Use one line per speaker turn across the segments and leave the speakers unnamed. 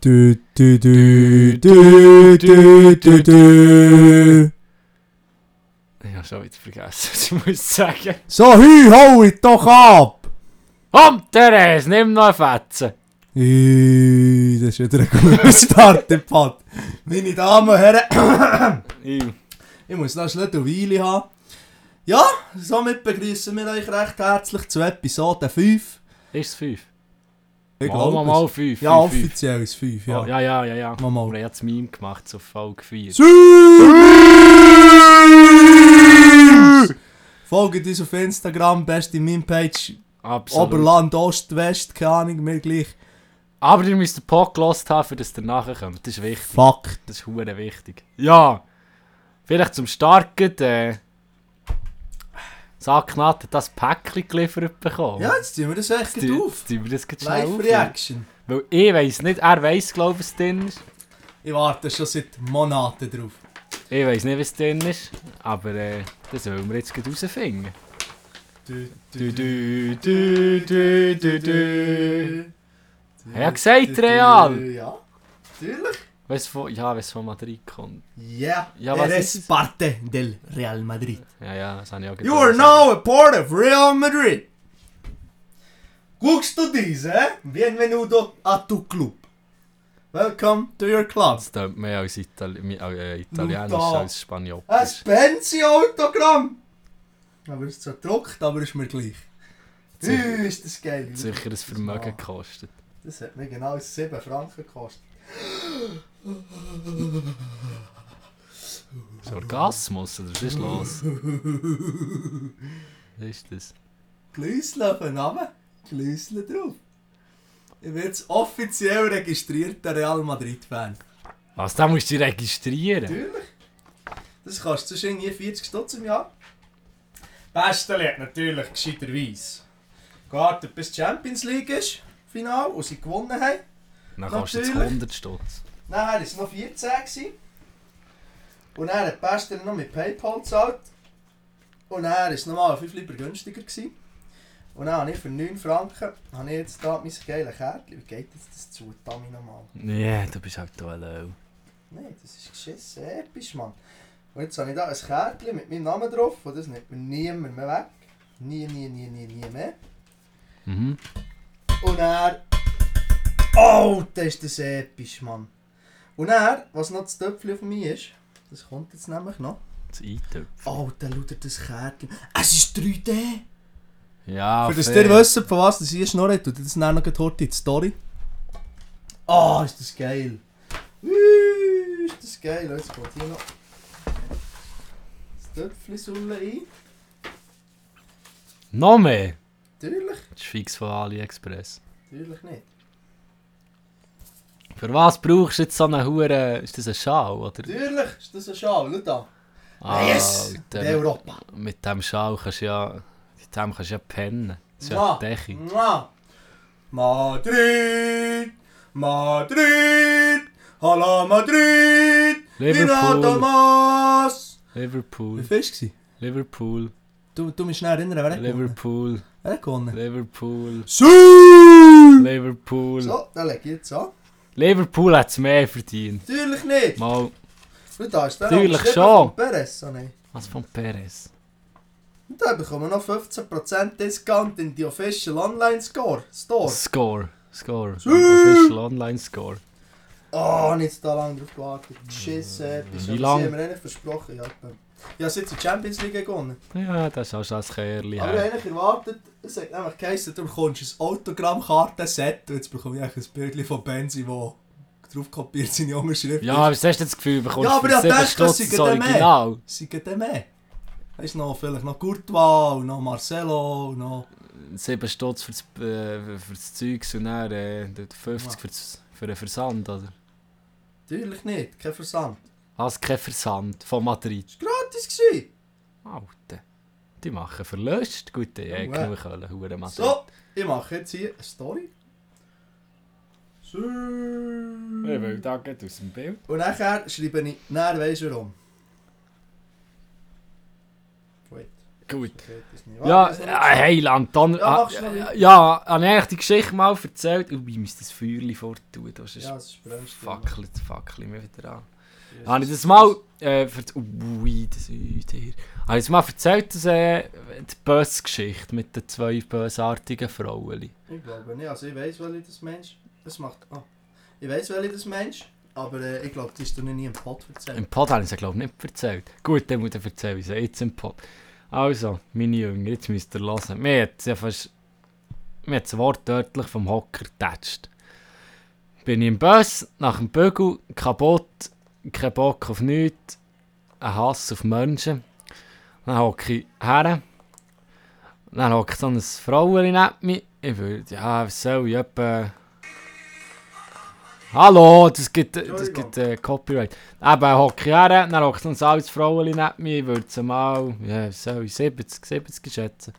Du, du, du, du, du, du, du.
Ich habe schon wieder vergessen, was ich muss sagen.
So, hü, hau ich doch ab!
Komm, Therese, nimm noch einen Fetzen.
Ui, das ist wieder ein guter Start, der Pat. Meine Damen und Herren,
Ich-
ich muss noch schnell eine Weile haben. Ja, somit begrüßen wir euch recht herzlich zu Episode 5.
Ist es 5?
Ich
Mal, mal,
es.
mal 5.
Ja, offiziell ist 5,
Ja,
ja.
ja, ja, ja. ja.
Mal, mal.
Wir haben jetzt Meme gemacht zu Folge 4.
Süß! Folgt uns auf Instagram, beste Meme-Page,
Absolut.
Oberland, Ost, West, keine Ahnung, mir gleich.
Aber ihr müsst den Pod gelost haben, für das ihr nachher kommt. Das ist wichtig.
Fakt.
Das ist hure wichtig. Ja. Vielleicht zum Starken. Äh, Sacknatt hat das Päckchen geliefert bekommen.
Ja, jetzt ziehen wir das echt
Jetzt-
gut auf.
jetzt tun wir das jetzt schnell
Live
auf.
Reaction.
Weil ich weiss nicht, er weiss glaube ich, was drin ist.
Ich warte schon seit Monaten drauf.
Ich weiss nicht, was drin ist. Aber äh, das wollen wir jetzt gleich herausfinden.
Du,
Du, du, du, du, du, du. Ja, gesagt, Real.
Ja, natürlich.
Weiss von, ja, weiss von Madrid kommt.
Yeah,
Ja, was
eres
ist-
parte del Real Madrid.
Ja, ja, das habe ich auch
You are
gesagt.
now a part of Real Madrid. Guckst du dies, eh? Bienvenuto a tu club. Welcome to your club.
Das tönt mehr als Itali mi- äh, Italienisch
Luta.
als Spanisch.
Ein Spenzi-Autogramm. Aber es ist zwar gedruckt, aber ist mir gleich.
Sicher-
Ui, ist das geil.
Hat Sicher ein Vermögen gekostet.
Das hat mir genau 7 Franken gekostet.
Das ist Orgasmus, oder was ist los? Was ist das?
Glüssel auf den Namen, Glüssel drauf. Ich bin jetzt offiziell registrierter Real Madrid-Fan.
Was, da musst du dich registrieren?
Natürlich. Das kostet sonst irgendwie 40 Stutz im Jahr. Beste liegt natürlich gescheiterweise. Gewartet bis die Champions League ist, Final, und sie gewonnen haben.
Dann kostet es
Natürlich.
100 Stutz.
Dann war es noch 14. Gewesen. Und dann hat Bester noch mit Paypal gezahlt. Und dann war es nochmal 5 lieber günstiger. Gewesen. Und dann habe ich für 9 Franken habe ich jetzt da mein geiles Kärtchen. Wie geht jetzt das zu? Dummy nochmal.
Nee, du bist halt da allein.
Nein, das ist geschissen, episch, Mann. Und jetzt habe ich da ein Kärtchen mit meinem Namen drauf und das nimmt mir niemand mehr weg. Nie, nie, nie, nie, nie mehr.
Mhm.
Und er. Oh, das ist das episch, Mann. Und er, was noch das Töpfchen von mir ist, das kommt jetzt nämlich noch.
Das Eintöpfen.
Oh, dann lautet das Kärtchen. Es ist 3D!
Ja,
Für das
Ah, fair.
ihr wisst, von was das hier schnurren tut, das nennen wir noch heute in die Story. Ah, ist das geil. Ui, ist das geil. Jetzt kommt hier noch das Töpfchen-Sulle ein.
Noch mehr?
Natürlich,
Das ist fix von AliExpress.
natürlich nicht.
Für was brauchst du jetzt so einen Huren? Ist das ein Schal, oder?
Natürlich ist das ein Schal, schau da.
Ah,
yes!
mit
Der
dem,
Europa.
mit dem Schal kannst du ja. Mit dem kannst du ja pennen. Das ist ja
Mua.
die Decke.
Mua. Madrid, Madrid, Hala Madrid,
Liverpool.
Vina Damas. Wie
Liverpool,
viel war's?
Liverpool,
Du, du musst dich erinnern, wer hat gewonnen?
Liverpool,
Wer hat gewonnen?
Liverpool,
So,
Liverpool.
dann leg ich jetzt an.
Liverpool hat es mehr verdient.
Natürlich nicht.
Mal
Und da ist der
Natürlich
Unterschrift
schon.
von Perez, oder nicht?
was von Perez.
Und da bekommen wir noch 15% Discount in die Official Online Score. Store.
Score, Score. Official Online Score.
Oh, nicht da lange drauf gewartet. Scheiße, etwas.
Wie
Aber
lang?
Sie haben mir eigentlich versprochen. Ja, etwa. ich habe jetzt in die Champions League gewonnen.
Ja, das ist auch schon ein Kerli.
Aber ich
hä?
habe eigentlich erwartet, es hat nämlich geheißen, du bekommst ein Autogrammkartenset. Und jetzt bekomme ich eigentlich ein Bild von Benzi, wo drauf kopiert seine Unterschrift.
Ja, aber was hast du das Gefühl, du bekommst
Ja, aber
für
ich
7
dachte, das
Stutz
sei
das
dann mehr.
Original?
Sind dann mehr? Weißt du noch, vielleicht noch Courtois, und noch Marcelo, und noch...
7 Stutz fürs, äh, fürs Zeugs und dann äh, 50 fürs, für den Versand, oder?
Natürlich nicht, kein Versand.
Also kein Versand von Madrid.
Gratis gewesen.
Alter, Oh, die machen Verlust. Gut, die haben
Oh, äh.
genug Kohle, Hure Madrid.
So, ich mache jetzt hier eine Story. So.
da geht aus dem Bild.
Und nachher schreibe ich, näher weiss warum. Gut.
Gut.
Ich weiß es nicht.
Ja,
Warte, das
äh,
noch nicht
hey Landtan.
Ja,
Ja,
mach's noch weiter.
ah, eh, ja, habe ich eigentlich die Geschichte mal erzählt? Oh, ich muss das Feuerchen vortun, das
gesagt.
ist
Ja, es ist brennst.
fackelt, fackelt mir wieder an. Habe ich das mal, äh, verz- ui, das ist hier. Habe ich das mal erzählt, dass, äh, die Bösgeschichte mit den zwei bösartigen Frauen.
Ich glaube nicht. Also ich weiß, welche das Mensch. Das macht. Ah. Ich weiß, welche das Mensch. Aber äh, ich glaube, das ist dir noch nie im Pott erzählt.
Im Pod habe ich es, glaube ich, nicht erzählt. Gut, dann muss ich erzählen, wie es jetzt im Pod. Also, meine Jünger, jetzt müsst ihr hören. Mir hat es ja fast... Mir hat es wortwörtlich vom Hocker getatscht. Bin ich im Bus, nach dem Bügel, kaputt, kein Bock auf nichts, ein Hass auf Menschen. Dann hocke ich her. Dann hockt so ein Frauen neben mir. Ich würde, ja, was soll ich, etwa... Hallo, das gibt, das
Entschuldigung.
gibt äh, Copyright. Eben, hocke ich her, dann hockt uns alles Frauen neben mir, ich würde sie mal, ja, was soll ich, 70, 70 schätzen.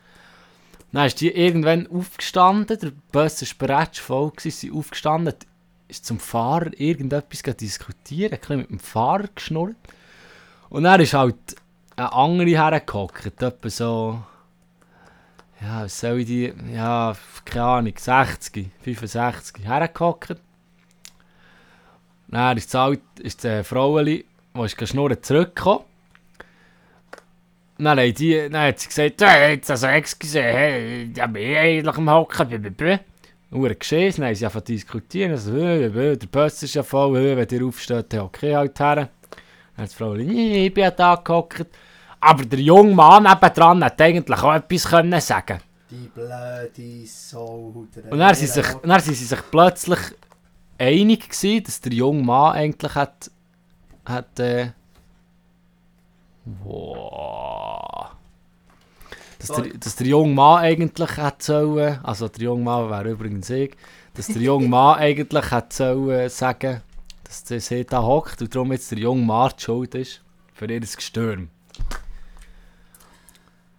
Dann ist die irgendwann aufgestanden, der Bus war bereits voll, gewesen, sie sind aufgestanden, hat- ist zum Fahrer irgendetwas gegangen diskutieren, hat ein bisschen mit dem Fahrer geschnurrt. Und dann ist halt eine andere hergehockt, etwa so, ja, was soll ich die, ja, keine Ahnung, 60, 65 hergehockt. Dann ist das, Alt, ist das Fraueli, die ist geschnurrt zurückgekommen. Dann, haben die, dann hat sie gesagt, hey, jetzt also excuse, hey, ja, bin ich eigentlich am Hocken, blablabla. Uhr geschissen, dann haben sie angefangen zu diskutieren, also, äh, äh, der Bus ist ja voll, äh, wenn ihr aufsteht, dann hocke ich halt her. Dann hat das Fraueli, nee, ich bin ja da gehockt. Aber der junge Mann nebendran hat eigentlich auch etwas können sagen
Die blöde Sau.
und dann sind, sich, dann sind sie sich plötzlich einig gewesen, dass der junge Mann eigentlich hat... hat äh, wow. Dass der,
Sorry.
dass der junge Mann eigentlich hat sollen... Also der junge Mann wäre übrigens ich. Dass der junge Mann eigentlich hat sollen sagen, dass der sie da hockt und darum jetzt der junge Mann die schuld ist für ihr Gestürm.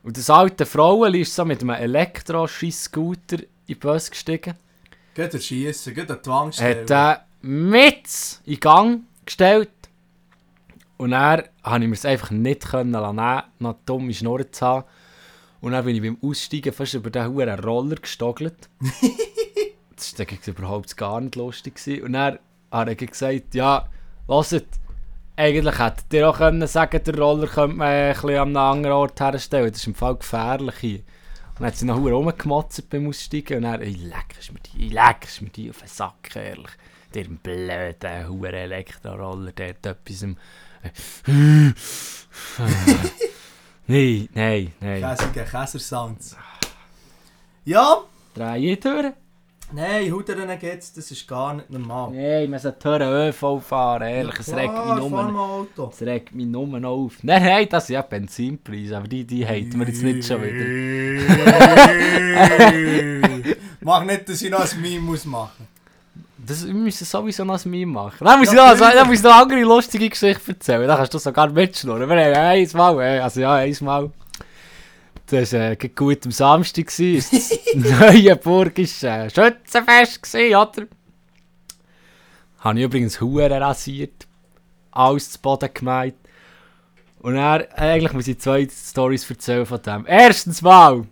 Und das alte Frauenli ist so mit einem Elektroschissscooter in den Bus gestiegen.
Geht er schiessen, geht er die Wand
hat er mit in Gang gestellt. Und er konnte ich mir es einfach nicht können lassen, nehmen, noch dumme Schnurren zu haben. Und dann bin ich beim Aussteigen fast über den hohen Roller gestogelt. das war dann überhaupt gar nicht lustig. gewesen. Und er hat er gesagt, ja, hört, eigentlich hättet ihr auch können sagen der Roller könnte man ein bisschen an einem anderen Ort herstellen. Das ist im Fall gefährlich hier. Und dann hat sie noch verdammt rumgemotzt beim Aussteigen. Und dann, ich leckst mir die, ich leckst mir die auf den Sack, ehrlich. Der blöde hure Elektroroller, der hat etwas im... nein, nein, nein.
Käsiger Käsersanz. Ja,
Drei ich durch?
nein, Huderen geht's, das ist gar nicht normal.
Nein, man sollte hören, ÖV fahren, ehrlich. Es regt
Ja,
mich
fahr
nur...
mal Ah, Auto.
Es regt mich nur auf. Nein, nein, das ist ja Benzinpreis, aber die, die haten wir jetzt nicht schon wieder.
wieder. Mach nicht, dass ich noch ein Meme muss machen
Das, wir müssen sowieso noch ein Meme machen. Dann muss ich
Ja,
noch,
natürlich.
dann muss ich noch andere lustige Geschichte erzählen. Dann kannst du sogar mitschnurren. Wir haben eins Mal, äh, also ja, eins Mal. Das war äh, gerade gut am Samstag. gewesen. Ist Das Neuenburg war äh, Schützenfest, gewesen, oder? Habe ich übrigens Huren rasiert. Alles zu Boden gemeint. Und er, eigentlich muss ich zwei Stories erzählen von dem. Erstens mal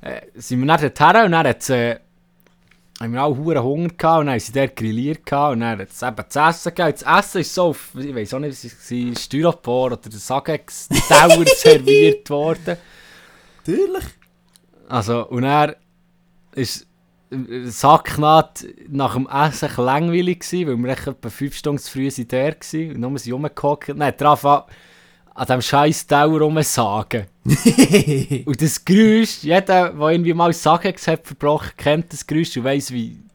äh, sind wir nach dorthin und dann hat es... Äh, haben wir auch hure Hunger gehabt und dann haben sie dort grilliert gehabt und dann hat es eben zu essen gegeben. Und Das Essen ist so, auf, ich weiß auch nicht, was es war, Styropor oder Sagex-Dauer serviert worden.
Natürlich.
Also, und er ist äh, Sacknaht nach dem Essen ein langweilig gewesen, weil wir echt etwa fünf Stunden zu früh sind der gewesen und nur sind rumgehockt. Nein, drauf an, an diesem scheiß Dauer rumsagen. Und das Geräusch, jeder, der irgendwie mal Sagex hat verbrochen, kennt das Geräusch und weiss, wie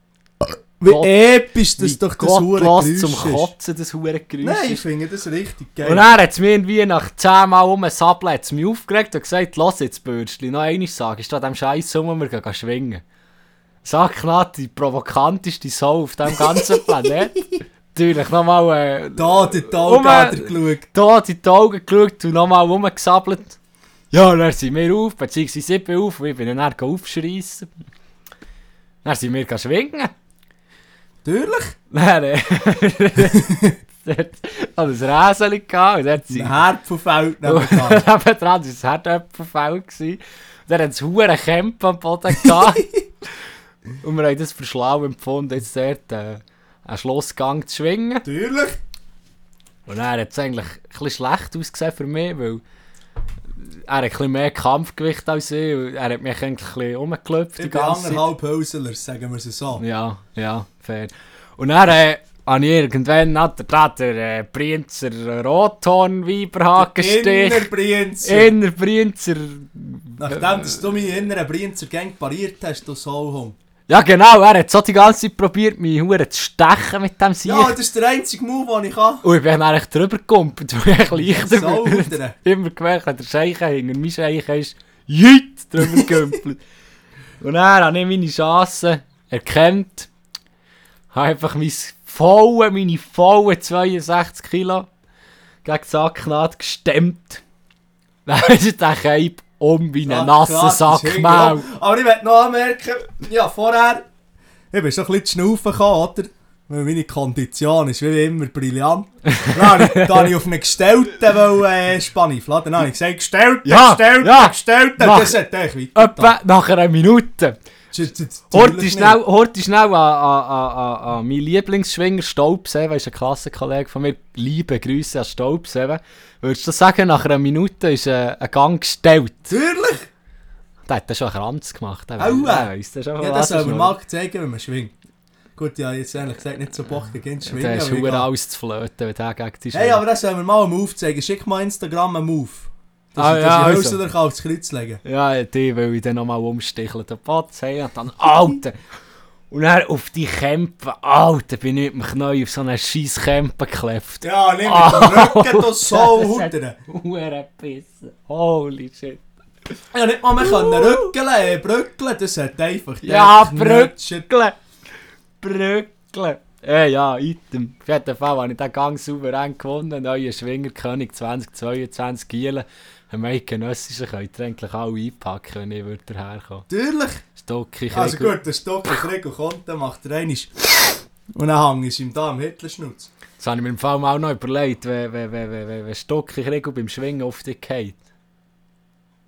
Wie
Gott-
episch das
Wie
doch das
Gott
Hurengeräusch
lässt
ist.
zum Kotzen, das hure Geräusch.
Nein, ich
ist.
finde das richtig
Und
geil.
dann hat es mich irgendwie nach 10 Mal um Sablett hat's mich aufgeregt und gesagt, lass jetzt Bürstli, noch einmal sagen, ist an diesem Scheiß rum, wir gehen schwingen. Sacknaht, die provokanteste Sau auf dem ganzen Planeten. Natürlich nochmal äh,
Da, der
Um-
Tag hat er geschaut.
da in die Augen geschaut und nochmal rumgesabbelt. Ja, und dann sind wir auf, beziehungsweise ich bin auf, und ich bin dann aufschreissen. Dann sind wir gehen schwingen.
Natürlich.
Nein, nein. dort, Had een Räseli gehabt und dann hat sie...
Ein Herdverfeld nebenan.
Nebenan war ein Herdöpfelfeld. gewesen. Und dann hat es hure Camp am Boden gehabt. und wir haben das für schlau empfunden, jetzt dort äh, einen Schlossgang zu schwingen.
Natürlich.
Und er hat es eigentlich ein bisschen schlecht ausgesehen für mich, weil er hat ein bisschen mehr Kampfgewicht als ich. und Er hat mich eigentlich ein bisschen umgeklopft die
Ich bin
ganze Zeit.
anderthalb Häusler, sagen wir es so.
Ja, ja, fair. Und dann äh, habe ich irgendwann nach der Tat den äh, Brienzer Rothorn-Weiberhaken gesticht.
Innerbrienzer.
Inner Brienzer.
Nachdem dass du meinen inneren Brienzer Gang pariert hast, du Soulhund.
Ja, genau, er hat so die ganze Zeit probiert, mich Huren zu stechen mit dem Sieg.
Ja, das ist der einzige Move, den ich kann.
Und ich bin eigentlich drüber gekumpelt, weil ich leichter bin.
Soulhundern.
immer gemerkt, wenn der Scheiche hinter mir Scheiche ist, jüt drüber gegümpelt. und dann habe ich meine Chance erkannt, habe einfach mein volle, meine volle 62 Kilo gegen die Sacknaht gestemmt. Dann ist der Keib um wie
Ja,
ein nasser
klar, das ist
Sack Mehl.
hingegangen. Aber ich möchte noch anmerken, ja, vorher, ich bin schon ein bisschen zu schnaufen gekommen, oder? Weil meine Kondition ist wie immer brillant. Dann habe ich- dann habe ich auf einen Gestellten wollen, äh, Spanif laden. Dann habe ich gesagt, Gestellten,
Ja,
Gestellten,
ja.
Gestellten.
Mach.
Das hat echt
Etwa nach einer Minute. Horti schnell, Horti schnell an, an, an, an, an meinen Lieblingsschwinger Staubsäben, ist ein Klassenkollege von mir. Liebe Grüße an Staubsäben. Würdest du sagen, nach einer Minute ist äh, ein Gang gestellt?
Natürlich!
Der hat da schon einen Kranz gemacht. Der
Aua.
weiss der schon,
Ja, das
was
soll
ist
man
noch.
mal zeigen, wenn man schwingt. Gut, ja, jetzt ehrlich gesagt nicht so Bock gegen das Schwingen.
Der ist
aber
verdammt
egal.
alles zu flirten, wenn der gegen dich
Hey, aber das sollen wir mal einen Move zeigen. Schick mal Instagram einen Move. Dass
Ah,
ich-
ja,
dass ich
also.
Häusler kann aufs Kreuz legen
Ja, die will ich dann nochmal umsticheln. Den Patz hey, und dann, Alter! Und dann auf die Kämpfe, Alter, bin ich mit dem Knie auf so einen scheiß Kämpfe geklebt.
Ja, nimm
Ah,
mit dem Rücken, du
Alter,
Sauhutter.
Huere Pisse. Holy shit.
Ich ja, nicht mal mehr können rückeln, ey, brückeln, das hat einfach...
Ja,
der
brückeln. Brückeln. Äh, ja, item. Auf jeden Fall habe ich den Gang souverän gewonnen. Neuer Schwingerkönig 2022 Gielen. Haben wir Genössischen könnt ihr eigentlich alle einpacken, wenn ich würde herkommen.
Natürlich.
Stocki,
Also gut, der Stock, der Krieg und kommt, dann macht er einmal... Und dann hängt es ihm da am Hitlerschnutz.
Das habe ich mir im Fall mal auch noch überlegt, wenn, wenn, wenn, wenn, wenn, wenn Stocki, Krieg beim Schwingen auf dich geht.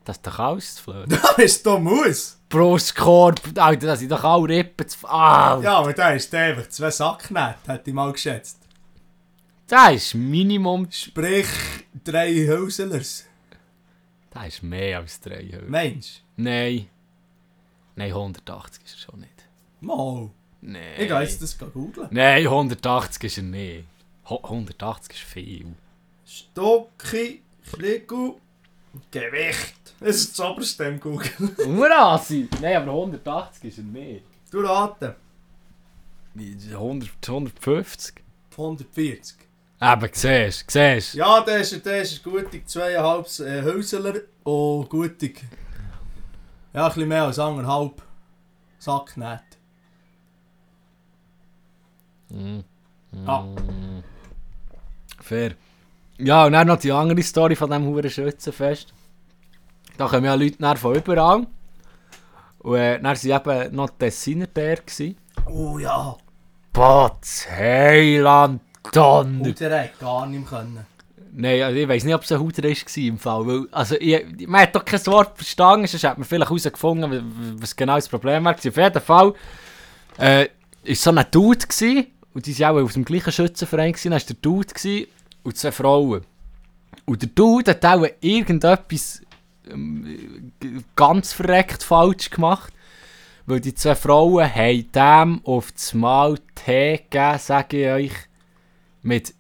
Das ist doch alles zu flöten.
Da bist du Maus.
Brustkorb, Alter, das sind doch alle Rippen zu... Ah,
Ja, aber da ist der einfach zwei Sacknähte, hätte ich mal geschätzt.
Das ist Minimum.
Sprich, drei Häuslers.
Das ist mehr als 3 Euro.
Mensch,
Nein. Nein, 180 ist er schon nicht.
mal.
Nein.
Ich gehe jetzt das googeln.
Nein, 180 ist er nicht. Ho- 180 ist viel.
Stocki, Kriegel, Gewicht. Das ist das oberste im Google.
Urasi! Nein, aber 180 ist er nicht.
Du raten.
100, 150?
140.
Eben, siehst du, siehst
Ja, der ist, der ist gutig 2,5 äh, Häusler und gutig. Ja, ein bisschen mehr als anderthalb Sacknähte.
Mhm.
Ah.
Mhm. Fair. Ja, und dann noch die andere Story von diesem Huren Schützenfest. Da kommen ja Leute nachher von überall. Und äh, dann waren eben noch die Tessiner der.
Oh ja,
Batz, Heiland, Donner.
und der hätte gar nicht mehr können.
Nein, also ich weiß nicht, ob es ein Hauter war im Fall. Weil, also ich, man hat doch kein Wort verstanden, sonst hat man vielleicht herausgefunden, w- w- was genau das Problem war. Auf jeden Fall äh, ist so ein Dude gewesen, und die waren auch aus dem gleichen Schützenverein, gewesen, dann war der Dude gewesen, und zwei Frauen. Und der Dude hat auch irgendetwas ähm, g- ganz verreckt falsch gemacht, weil die zwei Frauen haben dem auf das Mal Tee gegeben, sage ich euch, mit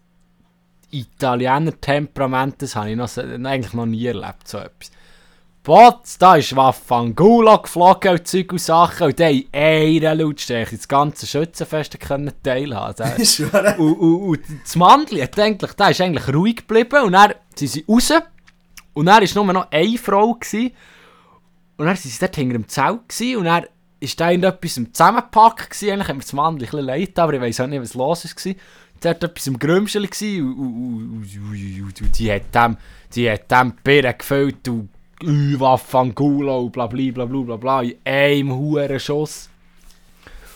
Italiener Temperament, das habe ich noch, se- eigentlich noch nie erlebt, so etwas. Potz, da ist Waffangula geflogen und Zeug und Sachen und die haben eine Lautstärke das ganze Schützenfest können teilhaben können.
Ich schwöre.
Und, und, und das Mandli hat eigentlich, der ist eigentlich ruhig geblieben und dann sind sie raus. Und dann war nur noch eine Frau. Gewesen. Und dann waren sie dort hinter dem Zelt gewesen. und dann ist da irgendetwas im Zusammenpacken gewesen. Eigentlich hat mir das Mandli ein bisschen leid, aber ich weiss auch nicht, was los war. Dort war etwas im Grümschel gewesen und, und, und, und, und, und die hat dem, die hat dem Birnen gefüllt und äh, Waffen Angola und bla bla bla bla bla bla in einem Hurenschuss.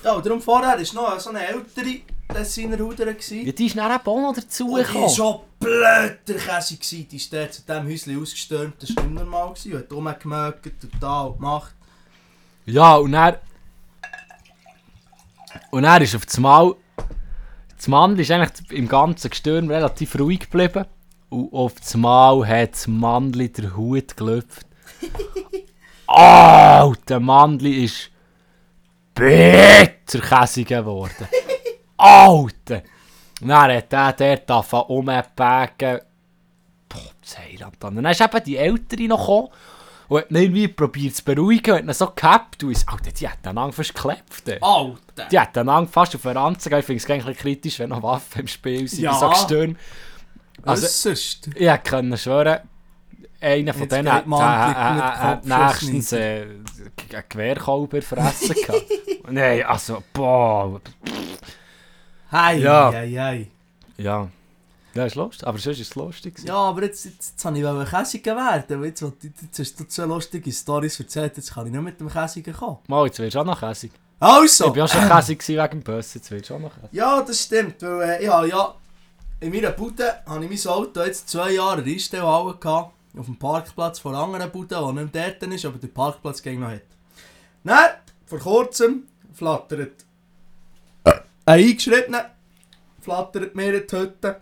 Ja, und darum vorher ist noch so eine ältere Tessiner Huder.
Ja, die ist dann eben auch noch dazugekommen.
war schon blöd der Käse. gewesen. Die ist dort zu diesem Häuschen ausgestürmt. Das war nicht normal. gewesen. Hat rumgemögt, total gemacht.
Ja, und er. Und er ist auf das Mal. Das Mandel ist eigentlich im ganzen Gestirn relativ ruhig geblieben. Und auf das Mal hat das Mandli den Hut gelüpft. oh, der Mandli ist bitter käsig geworden. Alter! Und dann hat er dort angefangen rumzupacken. Boah, das Heiland. Dann ist eben die Ältere noch gekommen. Und hat ihn irgendwie probiert zu beruhigen, und hat ihn so gehabt und ist, Alter, die hat den fast geklebt. ey.
Alter!
Die hat den fast auf den Ranzen gegeben. Ich finde es eigentlich ein bisschen kritisch, wenn noch Waffen im Spiel sind,
Ja.
ja. so gestürmt. Also-
Äußerst!
Ich hätte können schwören, einer von
Jetzt
denen
geht
hat,
Mantel
hat,
gut
hat, hat
Kopfschuss
nächstens äh, einen Gewehrkolben gefressen. gehabt. Nein, also, boah.
Hei,
Ja.
hei, hei.
Ja. Das ist lustig, aber sonst ist es lustig. gewesen.
Ja, aber jetzt, jetzt, jetzt wollte ich wollen Käsiger werden. weil Jetzt, will ich- jetzt hast du so lustige Storys erzählt, jetzt kann ich nicht mit dem Käsiger kommen.
Mal, jetzt wirst du auch noch käsig. Ich
Also!
war auch schon käsig gewesen wegen dem Böse, jetzt wirst du auch noch käsig.
Ja, das stimmt, weil äh, ich habe ja in meiner Bude habe ich mein Auto jetzt zwei Jahre in der Einstellhalle gehabt, auf dem Parkplatz vor anderen Bude, der nicht mehr dort ist, aber der Parkplatz ging noch hat. Dann, vor kurzem, flattert
Äh.
ein Eingeschrittener, flattert mir in die Hütte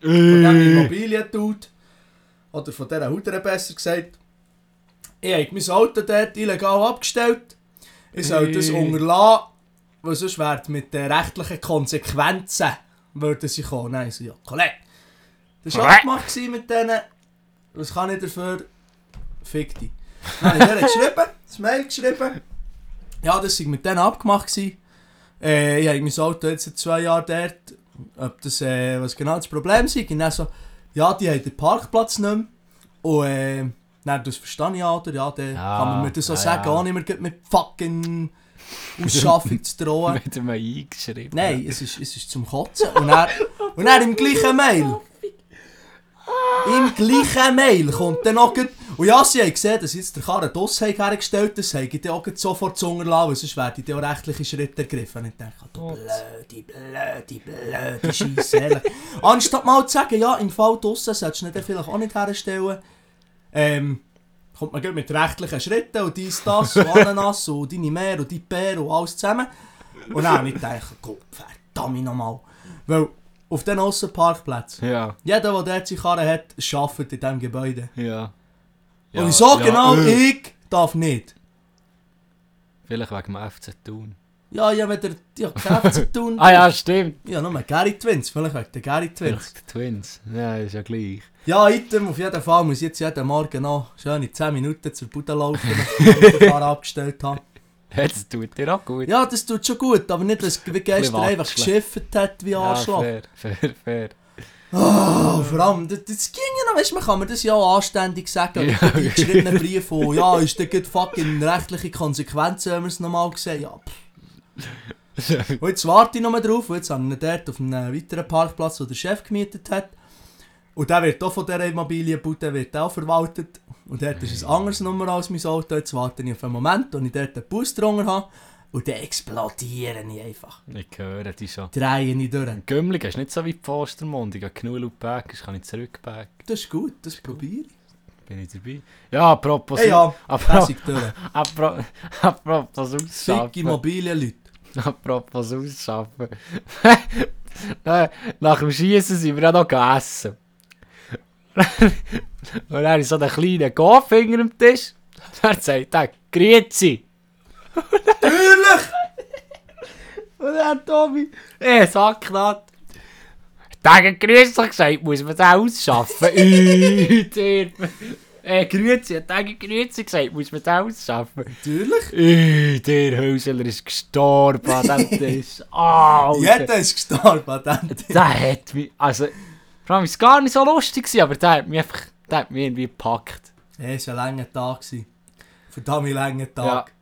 von diesem Immobilien-Dude. Oder von dieser Huder besser gesagt. Ich habe mein Auto dort illegal abgestellt. Ich soll das
Äh.
unterlassen, weil sonst wäre mit den rechtlichen Konsequenzen würden sie kommen. Nein, ich so, ja, Dus Kollege. Das war
Kollege.
abgemacht gewesen mit denen. Was kann ich dafür? Fick Nou, dich. Dann habe ich denen geschrieben, das Mail geschrieben. Ja, dus das war mit denen abgemacht. Gewesen. Äh, ich habe mein Auto jetzt seit zwei Jahren dort. Ob das, äh, was genau das Problem ist. Und dann so, ja, die haben den Parkplatz nicht mehr. Und äh, dann, das verstehe ich, Alter. Ja, dann
Ja,
kann man mir das so
ja,
sagen,
ja.
ohne mir gleich mit fucking Ausschaffung zu drohen.
Mit einem eingeschrieben.
Nein, es ist, es ist zum Kotzen. Und er, und er im gleichen Mail. Im gleichen Mail kommt dann noch... gleich- Und Oh ja, sie haben gesehen, dass jetzt der Karren draussen haben hergestellt haben. Das haben dus die auch gleich sofort zu unterlassen, weil sonst werden die auch rechtliche Schritte ergriffen. Und ich denke, du blöde, blöde, blöde Scheisse. ehrlich. Anstatt mal zu sagen, ja, im Fall draussen solltest du ihn dann vielleicht auch nicht herstellen. Ähm, kommt man gleich mit rechtlichen Schritten und dies, das und Ananas und deine Meer und deine Bär und alles zusammen. Und dann habe ich gedacht, Gott, verdammt nochmal. Weil auf den Aussenparkplätzen,
Ja,
jeder, der dort seine Karre hat, arbeitet in diesem Gebäude.
ja.
Und Oh, wieso
ja,
genau
äh.
ich darf nicht?
Vielleicht wegen dem FC Thun.
Ja, ja, wenn der ja, Kräfte zu tun.
Ah ja, stimmt.
Ja, nur Gary Twins, vielleicht wegen der Gary Twins.
Vielleicht die Twins. Ja, ist ja gleich.
Ja, Item, auf jeden Fall muss ich jetzt jeden Morgen noch schöne 10 Minuten zur Bude laufen, wenn ich die Karre abgestellt habe.
Jetzt tut dir auch gut.
Ja, das tut schon gut, aber nicht, dass es wie gestern
watscheln.
einfach geschifft hat wie Arschloch.
fair, fair, fair.
Oh, vor allem, das, das ging ja noch, weißt du, man kann mir das ja auch anständig sagen.
Ja.
Ja. Die geschriebenen Briefe, oh, ja, ist da gut fucking rechtliche Konsequenzen, wenn wir es nochmal sehen. Ja, pff. und jetzt warte ich nochmal drauf, und jetzt haben wir ihn dort auf einem weiteren Parkplatz, wo der Chef gemietet hat. Und der wird auch von dieser Immobilienbude wird auch verwaltet. Und dort ist ein anderes Nummer als mein Auto. Jetzt warte ich auf einen Moment, und ich dort den Bus drunter habe. Und dann explodiere ich einfach.
Ich höre dich schon.
Dreie ich durch.
Gümmelig ist nicht so wie Postermund. Ich habe genug laut back, ich kann nicht zurückback.
Das ist gut, das probiere ich.
Bin ich dabei? Ja, apropos...
Hey, ja,
apropos,
Passig durch.
apropos, apropos
Fick
Ausschaffen.
Immobilienleute.
Apropos Ausschaffen. Nein, Nach dem Schießen sind wir ja noch gegessen. Und dann ist so der kleine Gofinger am Tisch. Dann sagt er, Grüezi.
Natürlich!
Und dann Tobi, eh, Sacknat. Gegen grüßlich gesagt, muss man das ausschaffen. Ui, der. Eh, grüezi, gegen grüezi gesagt, muss man das ausschaffen.
Natürlich!
Ui, der Häusler ist gestorben an diesem Tisch. Alter.
Jeder ist gestorben an diesem Tisch.
Der hat mich, also, vor allem ist es gar nicht so lustig gewesen, aber der hat mich einfach, der hat mich irgendwie gepackt.
Es war ein langer Tag. gewesen. Verdammt langer Tag.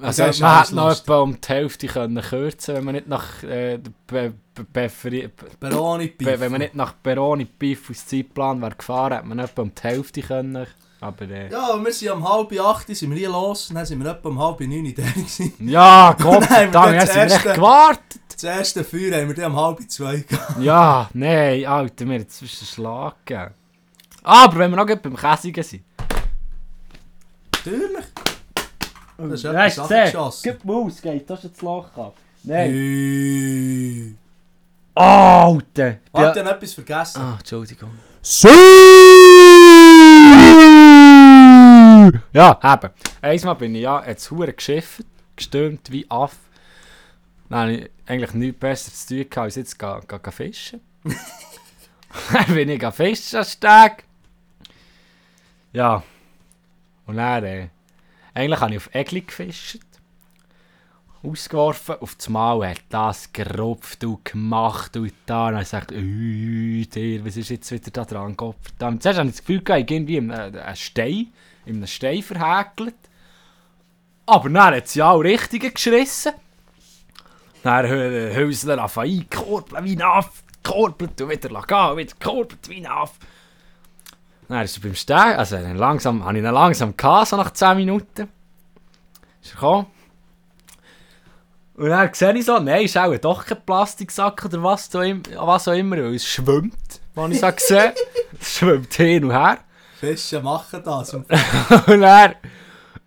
Also,
das ist
man
alles
hätte noch
lustig.
etwa um die Hälfte können kürzen wenn man nicht nach, äh, Be- Be- Befri-
Peroni
Be- wenn man nicht nach Peroni Beef aus Zeitplan wäre gefahren, hätte man etwa um die Hälfte können Aber äh, ja.
Ja, und wir sind um halb acht sind wir hier los. Dann sind wir etwa um halb neun in der gewesen.
Gott,
Nein,
verdammt,
wir
wir
jetzt
haben echt
erst-
gewartet.
Das erste Feuer haben wir dann um halb zwei gehabt.
Ja, nein, Alter, mir hat es einen Schlag gegeben. Aber wenn wir noch gerade beim Käsigen sind.
Natürlich. Das ist
Ja,
etwas
hast du
abgeschossen.
gesehen? Gib mal aus, geht, das ist jetzt das Loch ab. Nein.
Hey.
Alter!
Hat ja. etwas vergessen?
Ah, Entschuldigung. Ja, eben. Einmal bin ich ja jetzt hure geschifft, gestürmt wie Aff. Dann habe ich eigentlich nichts besseres zu tun gehabt, als jetzt ga, ga, ga fischen. dann bin ich ga fischen am Steg. Ja. Und dann, äh, eigentlich habe ich auf Egli gefischt. Ausgeworfen, auf das Mal hat das gerupft und gemacht und da. Und dann sagt dir, was ist jetzt wieder da dran? Gott verdammt. Zuerst habe ich das Gefühl, gehabt, ich habe irgendwie in einem, äh, einen Stein, in einem Stein verhäkelt. Aber dann hat sie auch Richtige geschissen. Dann hö- äh, Häusler auf einkurbeln wie ein Aff, kurbelt und wieder lassen gehen, wieder kurbelt wie ein Aff. Dann ist er beim Stehen, also dann langsam, habe ich ihn langsam gehabt, so nach 10 Minuten. Ist er gekommen. Und dann sehe ich so, nein, ist auch doch kein Plastiksack oder was, so im, was auch immer, weil es schwimmt, habe ich so gesehen. es schwimmt hin und her.
Fische machen das. Und
Und dann,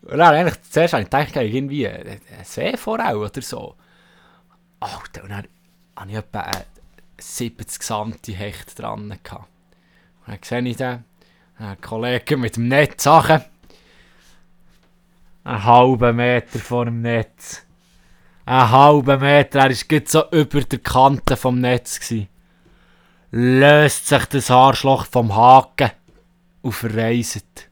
und dann eigentlich, zuerst habe ich gedacht, ich habe irgendwie äh, eine Seevorau oder so. Alter, und dann hatte ich etwa äh, 70 gesamte Hecht dran. Gehabt. Und dann sehe ich den, einen Kollegen mit dem Netz Sachen. Einen halben Meter vor dem Netz. Einen halben Meter, er war gerade so über der Kante vom Netz. Gewesen. Löst sich das Haarschloch vom Haken und verreiset.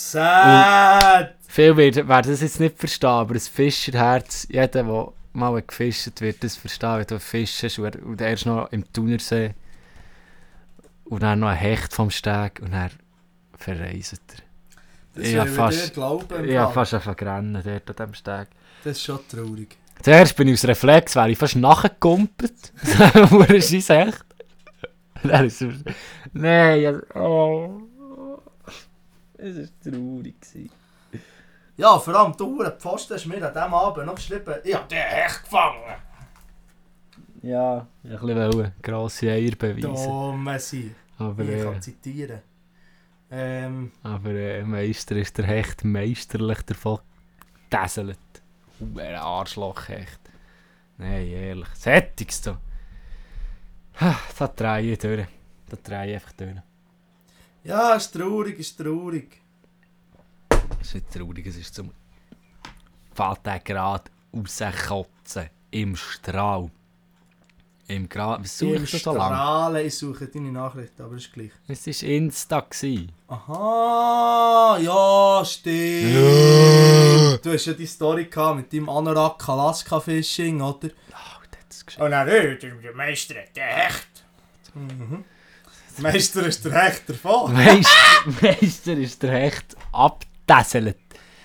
sad.
Viele werden, werden das jetzt nicht verstehen, aber ein Fischerherz, jeder, der mal hat gefischt wird das verstehen, wenn du Fisch hast und er- und erst noch im Thunersee und dann noch ein Hecht vom Steg und er verreiset
Das
Ja,
will ich
fast.
dir glauben.
er.
im
Ich habe
Fall.
fast einfach gerannt dort an diesem Steg.
Das ist schon traurig.
Zuerst bin ich aus Reflex, wäre ich fast nachgekumpelt. Wurde Scheiss echt. Dann ist er... Nein, also, oh. Es war traurig. gewesen.
Ja, vor allem die Uhren Pfosten ist mir an diesem Abend noch geschrieben, ich hab den Hecht gefangen.
Ja. Ich wollte grosse Eier beweisen.
Dumme sein.
Aber,
Ich
äh,
kann zitieren. Ähm,
aber äh, Meister ist der Hecht meisterlich davon getäselt. Ein Arschlochhecht. Nein, ehrlich. Sättigst du. Da drehe ich durch. Da drehe ich einfach durch.
ja, ist traurig, ist traurig.
Es ist nicht traurig, es ist zum Vater gerade rauskotzen. Im Strahl. Im Grad. Was
Im
suchst du so lange?
Strahlen, ich suche deine Nachricht, aber ist gleich.
Es war Insta. gewesen.
Aha, ja, stimmt. Du hast ja die Story gehabt mit deinem Anorak Alaska Fishing, oder?
Oh, das hat's geschickt.
Ah, Und dann, äh, der der Meister hat den Hecht. Mhm. Der Meister ist der Hecht davon.
Meister, Meister ist der Hecht abgetäselt.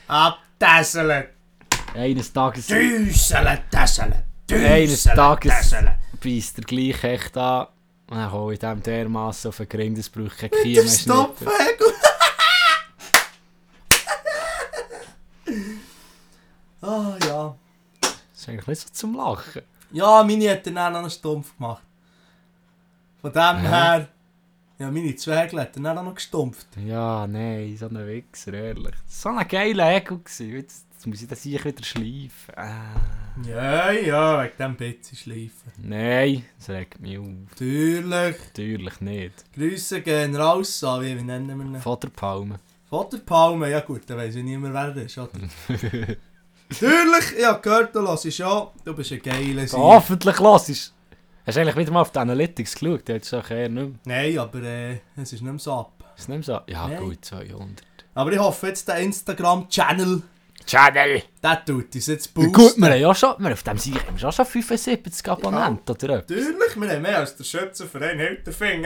Abtässeln,
Eines Tages,
düsseln, tässeln,
eines
düsseln,
Tages
tässeln.
beißt der gleiche Hecht an. Und dann komme ich dem dermassen auf den Grimm, das braucht kein
Der
Kiemen.
Stopfhegel. Ah ja.
Das ist eigentlich nicht so zum Lachen.
Ja, meine hat dann auch noch einen Stumpf gemacht. Von dem her, ja, meine Zwergel hat dann auch noch gestumpft.
Ja, nein, so ein Wichser, ehrlich. So ein geiler Egel gewesen. Jetzt, jetzt muss ich das sicher wieder schleifen. Ah.
Ja, ja, wegen dem Bitzi schleifen.
Nein, das regt mich auf.
Natürlich.
Natürlich nicht.
Grüße gehen raus, an, wie wie nennen wir ihn?
Von der Palme.
Vaterpalme, ja gut, dann weiss ich nicht mehr, wer das ist, oder? Natürlich, ich habe gehört, du hörst schon, du bist ein geiler Sieg.
Hoffentlich los ist. Hast du eigentlich wieder mal auf die Analytics geschaut? Der hat es doch eher nicht mehr.
Nein, aber äh, es ist nicht mehr so ab.
Ist nicht mehr so. Ja,
Nein.
gut, 200.
Aber ich hoffe jetzt, der Instagram-Channel,
Channel!
der tut uns jetzt
Ja,
boosten.
gut, wir haben ja schon, wir auf dem Sieg haben wir schon, schon 75 Abonnenten, oder?
Natürlich, wir haben mehr als der Schützenverein Hilterfingen.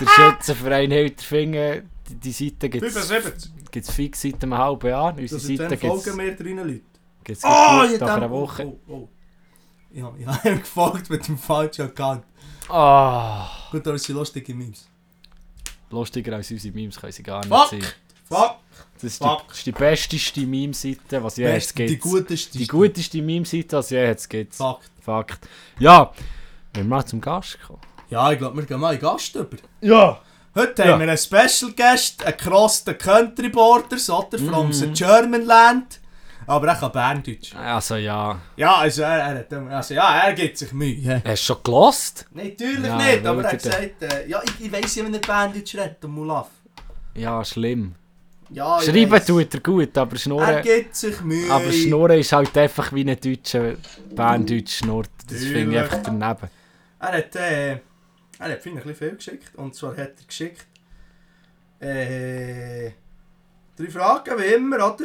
der Schützenverein Hilterfingen, die, die Seite gibt es
75.
fix seit einem halben Jahr. Unsere
Das sind
Seite
dann
gibt es
folgen wir drei Leute.
gibt's
Oh,
geguckt
ich
nach
hab
einer
dem-
Woche.
Oh, oh. Ja, ich habe ihm gefolgt mit dem falschen Account.
Ah,
Gut, aber es sind lustige Memes.
Lustiger als unsere Memes können sie gar nicht
Fuck!
sein.
Fuck!
Das ist, die,
Fuck.
das ist die besteste Meme-Seite, was je jetzt
Best-
gibt.
die guteste.
Die guteste Meme-Seite, was je jetzt gibt.
Fuck.
Fakt. Ja, wir mal zum Gast kommen.
Ja, ich glaube, wir gehen mal in den Gast über.
Ja!
Heute
Ja.
haben wir einen Special Guest, across the country borders, oder? From
Mhm.
the German land. Aber er kann Berndeutsch.
Also ja.
Ja, also er, er, hat- also, ja, er gibt sich Mühe. Ja.
Hast du schon gelost?
Nee, Natürlich
Ja,
nicht, aber
weil
er hat
der-
gesagt, äh, ja, ich, ich weiss ja, wenn er Berndeutsch redet, der Mulaf.
Ja, schlimm.
Ah, Ja, ich
Schreiben
weiss.
tut er gut, aber
Er
Schnurren.
gibt sich Mühe.
Aber Schnurren ist halt einfach wie ein deutscher Banddeutsch schnurrt. Das
Natürlich.
finde ich einfach daneben.
Er hat, äh, er hat finde ich, ein bisschen viel geschickt. Und zwar hat er geschickt. Äh, drei Fragen, wie immer, oder?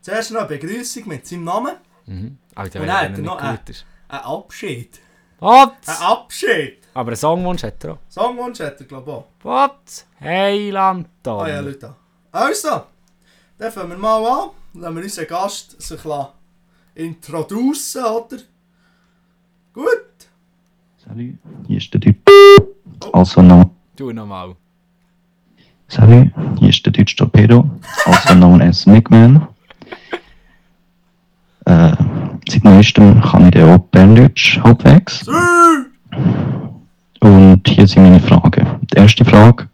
Zuerst noch eine Begrüßung mit seinem Namen.
Mhm. Alter,
Und
wenn
er hat
er nicht
noch- Ah,
gut ist.
Ein Abschied. Ein
Was?
Abschied!
Aber einen Songwunsch hat er auch.
Songwunsch hat er, glaube ich, auch.
Was? Hey,
Ah ja,
Lanton.
Leute. Also, dann fangen wir mal an. Lassen wir unseren Gast sich la- introducen, oder? Gut.
Salut, hier ist der Typ. Also known.
Tu nochmal.
Salut, hier ist der deutsche Torpedo. Also known as Mickman. Äh, seit neuestem kann ich den auch Berndeutsch halbwegs.
Tschüss.
Und hier sind meine Fragen. Die erste Frage.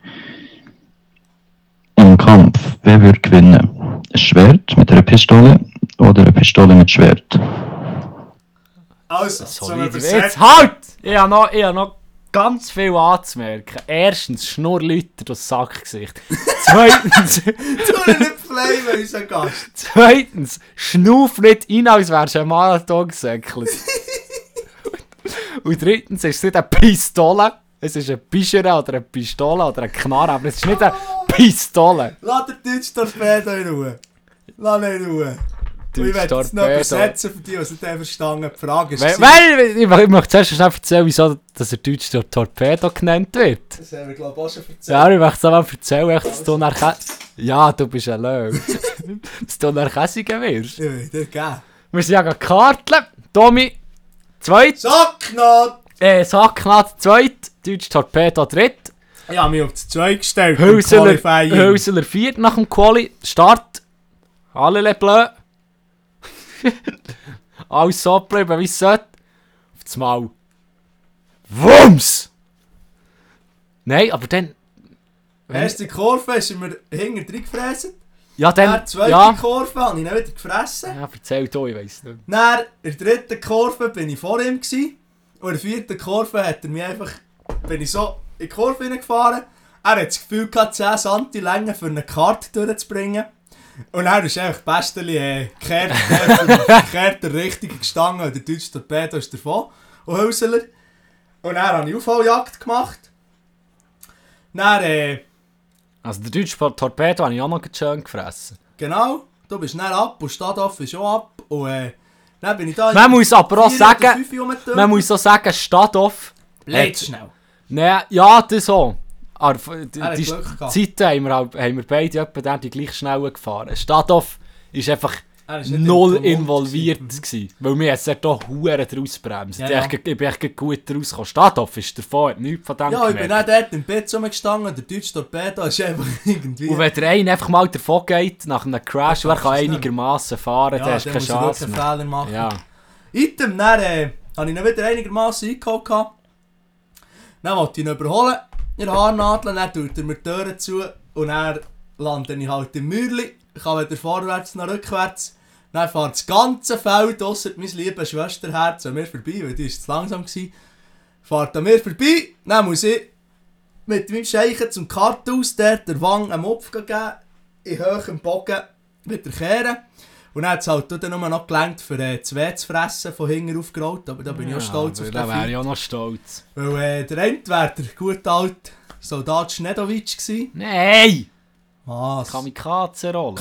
Im Kampf, wer würde gewinnen? Ein Schwert mit einer Pistole oder eine Pistole mit Schwert?
Also, zum
Solide. Jetzt
Übersetzen.
halt! Ich habe noch, ich hab noch ganz viel anzumerken. Erstens, Schnurrlüter, das Sackgesicht. Zweitens,
Tun wir nicht flamen, unseren Gast.
zweitens, schnauf nicht rein, als wärst du ein Marathon gesäckelt. Und drittens ist es nicht eine Pistole. Es ist eine Pischere oder eine Pistole oder eine Knarre, aber es ist nicht eine Pistole.
Lass den deutschen Torpedo in Ruhe. Lass ihn in Ruhe. Und ich werde es noch übersetzen für die, die es nicht haben verstanden Die Frage ist...
Weil,
gewesen-
weil, ich, ich möchte zuerst schnell erzählen, wieso dass er deutsch der Torpedo genannt wird.
Das haben wir, glaube ich, auch schon
Ja,
erzählt.
ich möchte es auch erzählen, echt, dass du nachher... Ja, du bist ein Löw. dass du nachher wirst.
Ja, der geht.
Wir sind ja gerade Karteln. Tommy, zweit.
Sackknot!
Äh, Sacknat, zweit. Deutsch Torpedo, dritt.
Ich habe mich auf das 2 gestellt. beim
Hülseler,
Qualifying.
Hülseler, viert nach dem Quali. Start. Alle le bleu. Alles so bleiben, wie es sollte. Auf das Mal. Wumms! Nein, aber dann...
Erste Kurve ist mir hinter drin gefressen.
Ja, dann...
Dann zweite
Ja,
Kurve habe ich nicht wieder gefressen.
ja erzähl du, ich weiss nicht.
Dann in der dritten Kurve bin ich vor ihm. Gewesen. Und in der vierten Kurve hat er mich einfach... Bin ich so in die Kurve hineingefahren. Er hat das Gefühl gehabt, 10 Santi Länge für eine Karte durchzubringen. Und er ist einfach besteli äh, gekehrt, äh, gekehrt der richtige Gestange. und Der deutsche Torpedo ist davon. Und Hülseler. Und dann habe ich Aufholjagd gemacht. Dann... Äh,
Also der deutsche Por- Torpedo habe ich auch noch grad schön gefressen.
Genau, du bist dann ab und Stadthoff ist auch ab. Und äh, dann bin ich da.
Man muss aber auch sagen- Man
man
muss so sagen, Stadthoff...
Blöd
hat-
schnell.
Nein, ja, das auch. Aber f- die,
Er hat
die
Glück gehabt.
Zeiten haben wir, auch- haben wir beide etwa dann die gleich schnell gefahren. Stadthoff ist einfach
Er ist nicht
null
im Vermund
involviert
gewesen.
gewesen. Weil mir hat es doch verdammt rausgebremst.
Ja,
Ja,
ja.
Ich bin echt grad gut rausgekommen. Stadthoff ist davon, hat nichts von dem
Ja, ich bin
gemerkt.
auch dort im Bett rumgestanden. Der deutsche Torpedo ist einfach irgendwie.
Und wenn der eine einfach mal davon geht, nach einem Crash,
Ja,
wer kann
das ist
einigermaßen fahren, dann
ja,
hast du
dann
keine
muss er wirklich
Chance
einen
mehr.
Fehler machen.
Ja.
Item, dann äh, habe ich ihn wieder einigermaßen eingeholt. gehabt. Dann wollte ich ihn überholen. In der Haarnadel, dann tut er mir die Türen zu und dann lande ich halt im Mäuerli. Ich kann weder vorwärts noch rückwärts. Dann fährt das ganze Feld, ausser mein liebes Schwesterherz, an mir vorbei, weil die war zu langsam. Gewesen. Fährt an mir vorbei, dann muss ich mit meinem Scheichen zum Karthaus, der der Wang einen Mupf geben, in hohem Bogen wieder kehren. Und dann hat es halt dann nur noch gelangt, für äh, zwei zu fressen, von hinten aufgerollt. Aber da bin ich auch stolz auf
Da
den
wäre
Feed.
ich auch noch stolz.
Weil äh, der End wäre der gute alte Soldat Schnedovic gewesen.
Nein!
Was?
Kamikaze-Rolle.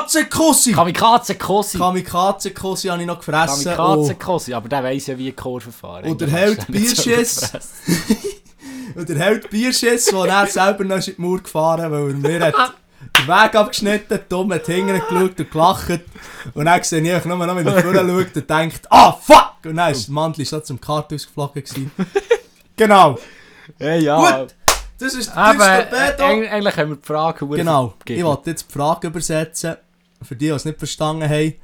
Kamikaze-Kussi!
Kamikaze-Kossi.
Kamikaze-Kussi habe ich noch gefressen. und-
Kamikaze-Kossi. Aber der weiss ja, wie die Kurve fahren.
oh. Und der
Eigentlich
Held
hast du den nicht so
Bierschiss.
gefressen.
Und der Held Bierschiss, der dann selber noch ist in die Mauer gefahren weil er mir hat den Weg abgeschnitten hat, dumm hat hinten geschaut und gelacht. Und dann sehe ich einfach nur noch, wie er vorne schaut und denkt, ah, fuck! Und dann ist der Mantel schon zum Karthaus geflogen. Gewesen. Genau.
Hey, ja.
Gut. Das ist der
Aber
dümmste
äh,
Beton.
eig- eigentlich haben wir die Frage verdammt
Genau, ich
vergessen.
wollte jetzt die Frage übersetzen, für die, die es nicht verstanden haben. Die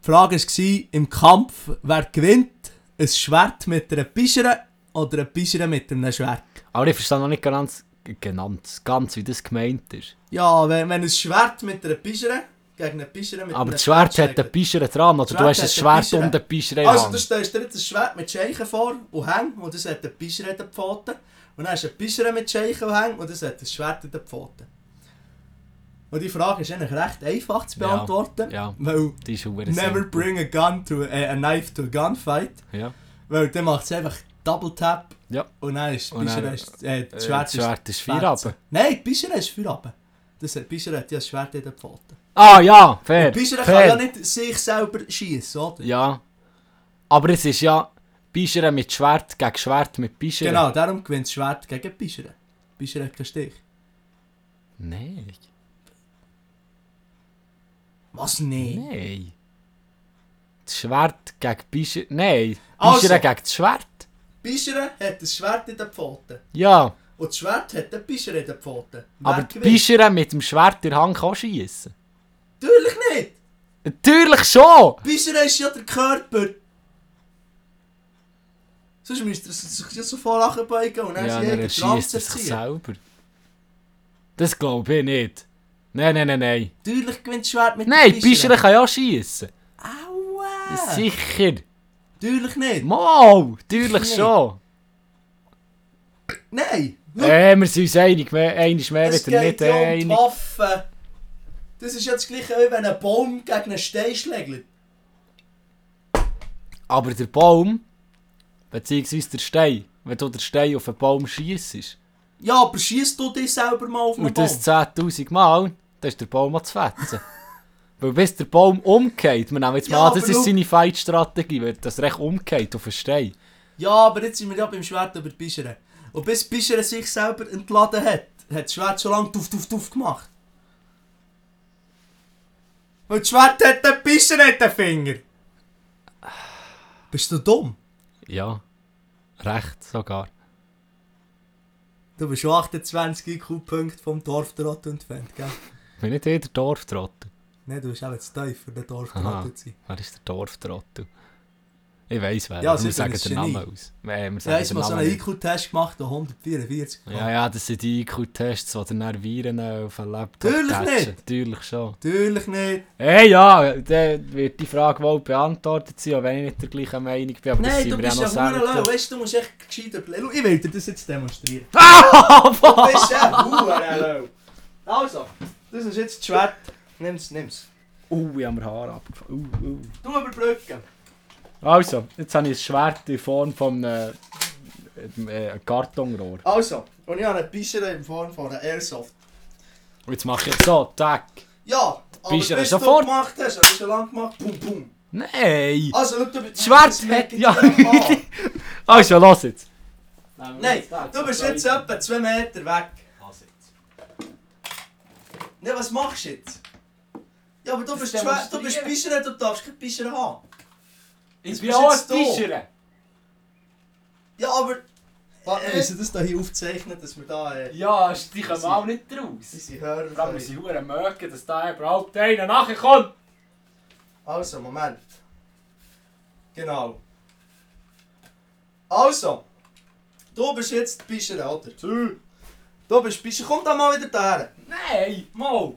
Frage war, im Kampf, wer gewinnt? Ein Schwert mit einer Pischere oder ein Pischere mit einem Schwert?
Aber ich verstehe noch nicht ganz, ganz, ganz wie das gemeint ist.
Ja, wenn, wenn ein Schwert mit einer Pischere gegen eine Pischere mit
Aber
einem
das Schwert hat
schlägt.
einen Pischer dran, oder
Schwert
du hast ein
hat
Schwert
einen
und einen Pischer in der
Also, du
Hand.
stellst dir jetzt ein Schwert mit Scheichen vor und Hängen und das hat eine Pischere an den Pfoten. Und dann hast du eine Pischere mit Scheichen und Hängen und das hat ein Schwert an den Pfoten. Und die Frage ist eigentlich recht einfach zu
Ja,
beantworten,
ja.
weil
Die ist verdammt
Never
simpel.
bring a gun to äh, a knife to a gunfight,
Ja.
weil dann macht es einfach Double Tap Oh,
Ja.
und dann ist
Und
Bischer
dann,
ist, äh,
Äh,
das Schwert ist
ist vier
Schwert.
Rappen.
Nein, Bischer ist vier Rappen. Das hat Bischer hat eh, ja das Schwert in der Pfote.
Ah ja, fair.
Bischer kann
fair.
ja nicht sich selber schießen, oder?
Ja. Aber es ist ja Pischer mit Schwert gegen Schwert mit Pischer.
Genau, darum gewinnt das Schwert gegen Bischer. Bischer hat keinen Stich.
Nein.
Was nee?
Nein. Das Schwert gegen Pischer. Nein. Pischer
Also.
gegen das Schwert.
Bischer hat das Schwert in der Pfote.
Ja.
Und das Schwert hat den Bischer in der Pfote. Wer
Aber
gewinnt?
Pischer mit dem Schwert in der Hand kann schiessen.
Natürlich nicht!
Natürlich schon!
Bisher ist ja der Körper. Sonst müsst ihr sich ja so voll anbeugen und dann
Ja, nou,
ja,
dann
ist jeder
schießt er sich
ziehen.
selber. Das glaube ich nicht. Nein, nein, nein, nein.
Natürlich gewinnt das Schwert mit
Nein,
den
Pischere kann ja schiessen.
Aua!
Sicher.
Natürlich nicht.
Mal, natürlich
Nee.
schon.
Nein! Schau,
Äh, wir sind uns einig, mehr, einig mehr
es
wieder
geht
nicht
ja um die
einig.
Waffe. Das ist ja das gleiche, wie wenn ein Baum gegen einen Stein schlägt.
Aber der Baum, beziehungsweise der Stein, wenn du den Stein auf einen Baum schiessest,
Ja, aber schießt du dich selber mal auf einen
und
Baum?
das 10.000 Mal, dann ist der Baum an zu fetzen. Weil bis der Baum umgeht, wir nehmen jetzt mal
Ja,
an, das
aber
ist
schau-
seine Feindstrategie, wenn das recht umgeht auf einen Stein.
Ja, aber jetzt sind wir ja beim Schwert über Bischere. Und bis Bischere sich selber entladen hat, hat das Schwert schon lange tuff, tuff, tuff gemacht. Weil das Schwert hat den Bischere in den Finger. Bist du dumm?
Ja, recht sogar.
Du bist schon 28 IQ-Punkte vom Dorftrott entfernt, gell?
Ich bin nicht jeder Dorftrottel.
Nein, du bist auch jetzt tief für den
Aha.
Dorftrott zu sein.
Wer ist der Dorftrottel? Ich weiss wer,
Ja,
aber wir
sicher,
sagen
das
den
Genie.
Namen aus. Nee, wir
Ja,
sagen
ich
den
mal so
Namen
einen
nicht.
IQ-Test gemacht, der 144
Ja, ja, das sind die IQ-Tests, die dann Viren äh, auf den Laptop
Tuurlijk
tatschen.
niet.
Tuurlijk schon.
Natürlich nicht.
Hey, ja, dann wird die Frage wohl beantwortet sein, auch wenn ich nicht der gleichen Meinung bin. Aber das
Nein,
sind
du
wir ja
bist
noch
ja Hurenlau,
selten.
weißt du, du musst echt gescheit überlegen. Schau, Ich will dir das jetzt demonstrieren.
Ah,
Du
fuck!
bist ja Hurenlau. Also, das ist jetzt das Schwert. Nimm's, nimm's.
Uh, ich habe mir Haare abgefangen. Uh, uh.
Du überbrücken.
Also, jetzt habe ich ein Schwert in Form von einem äh, Kartonrohr.
Also, und ich habe eine Pischere in Form von einer Airsoft.
Und jetzt mache ich so, zack.
Ja, aber
Pischere
bis
sofort.
du gemacht hast, hast du schon lange gemacht. Pum, pum.
Nein!
Also, schau, du bist...
Schwert
das merkt
hat- ja.
dir auch an.
Also, los jetzt.
Nein, du bist jetzt etwa 2 Meter weg. Nein, was machst du jetzt? Ja, aber du bist, Schwer- du bist Pischere, du darfst keine Pischere haben.
Ich
bin
bin
auch
auch
ein
ein
Fischere. Ja, aber... Warte,
äh,
wir müssen das hier aufzeichnen, dass wir da... Äh,
Ja, die kommen auch nicht raus.
unsere Hörer...
Vor allem, wir sind verdammt mögen, dass da überhaupt einer nachkommt.
Also, Moment. Genau. Also, du bist jetzt die Bischere, oder? Du bist die Bischere. Komm da mal wieder daher.
Nein, mal.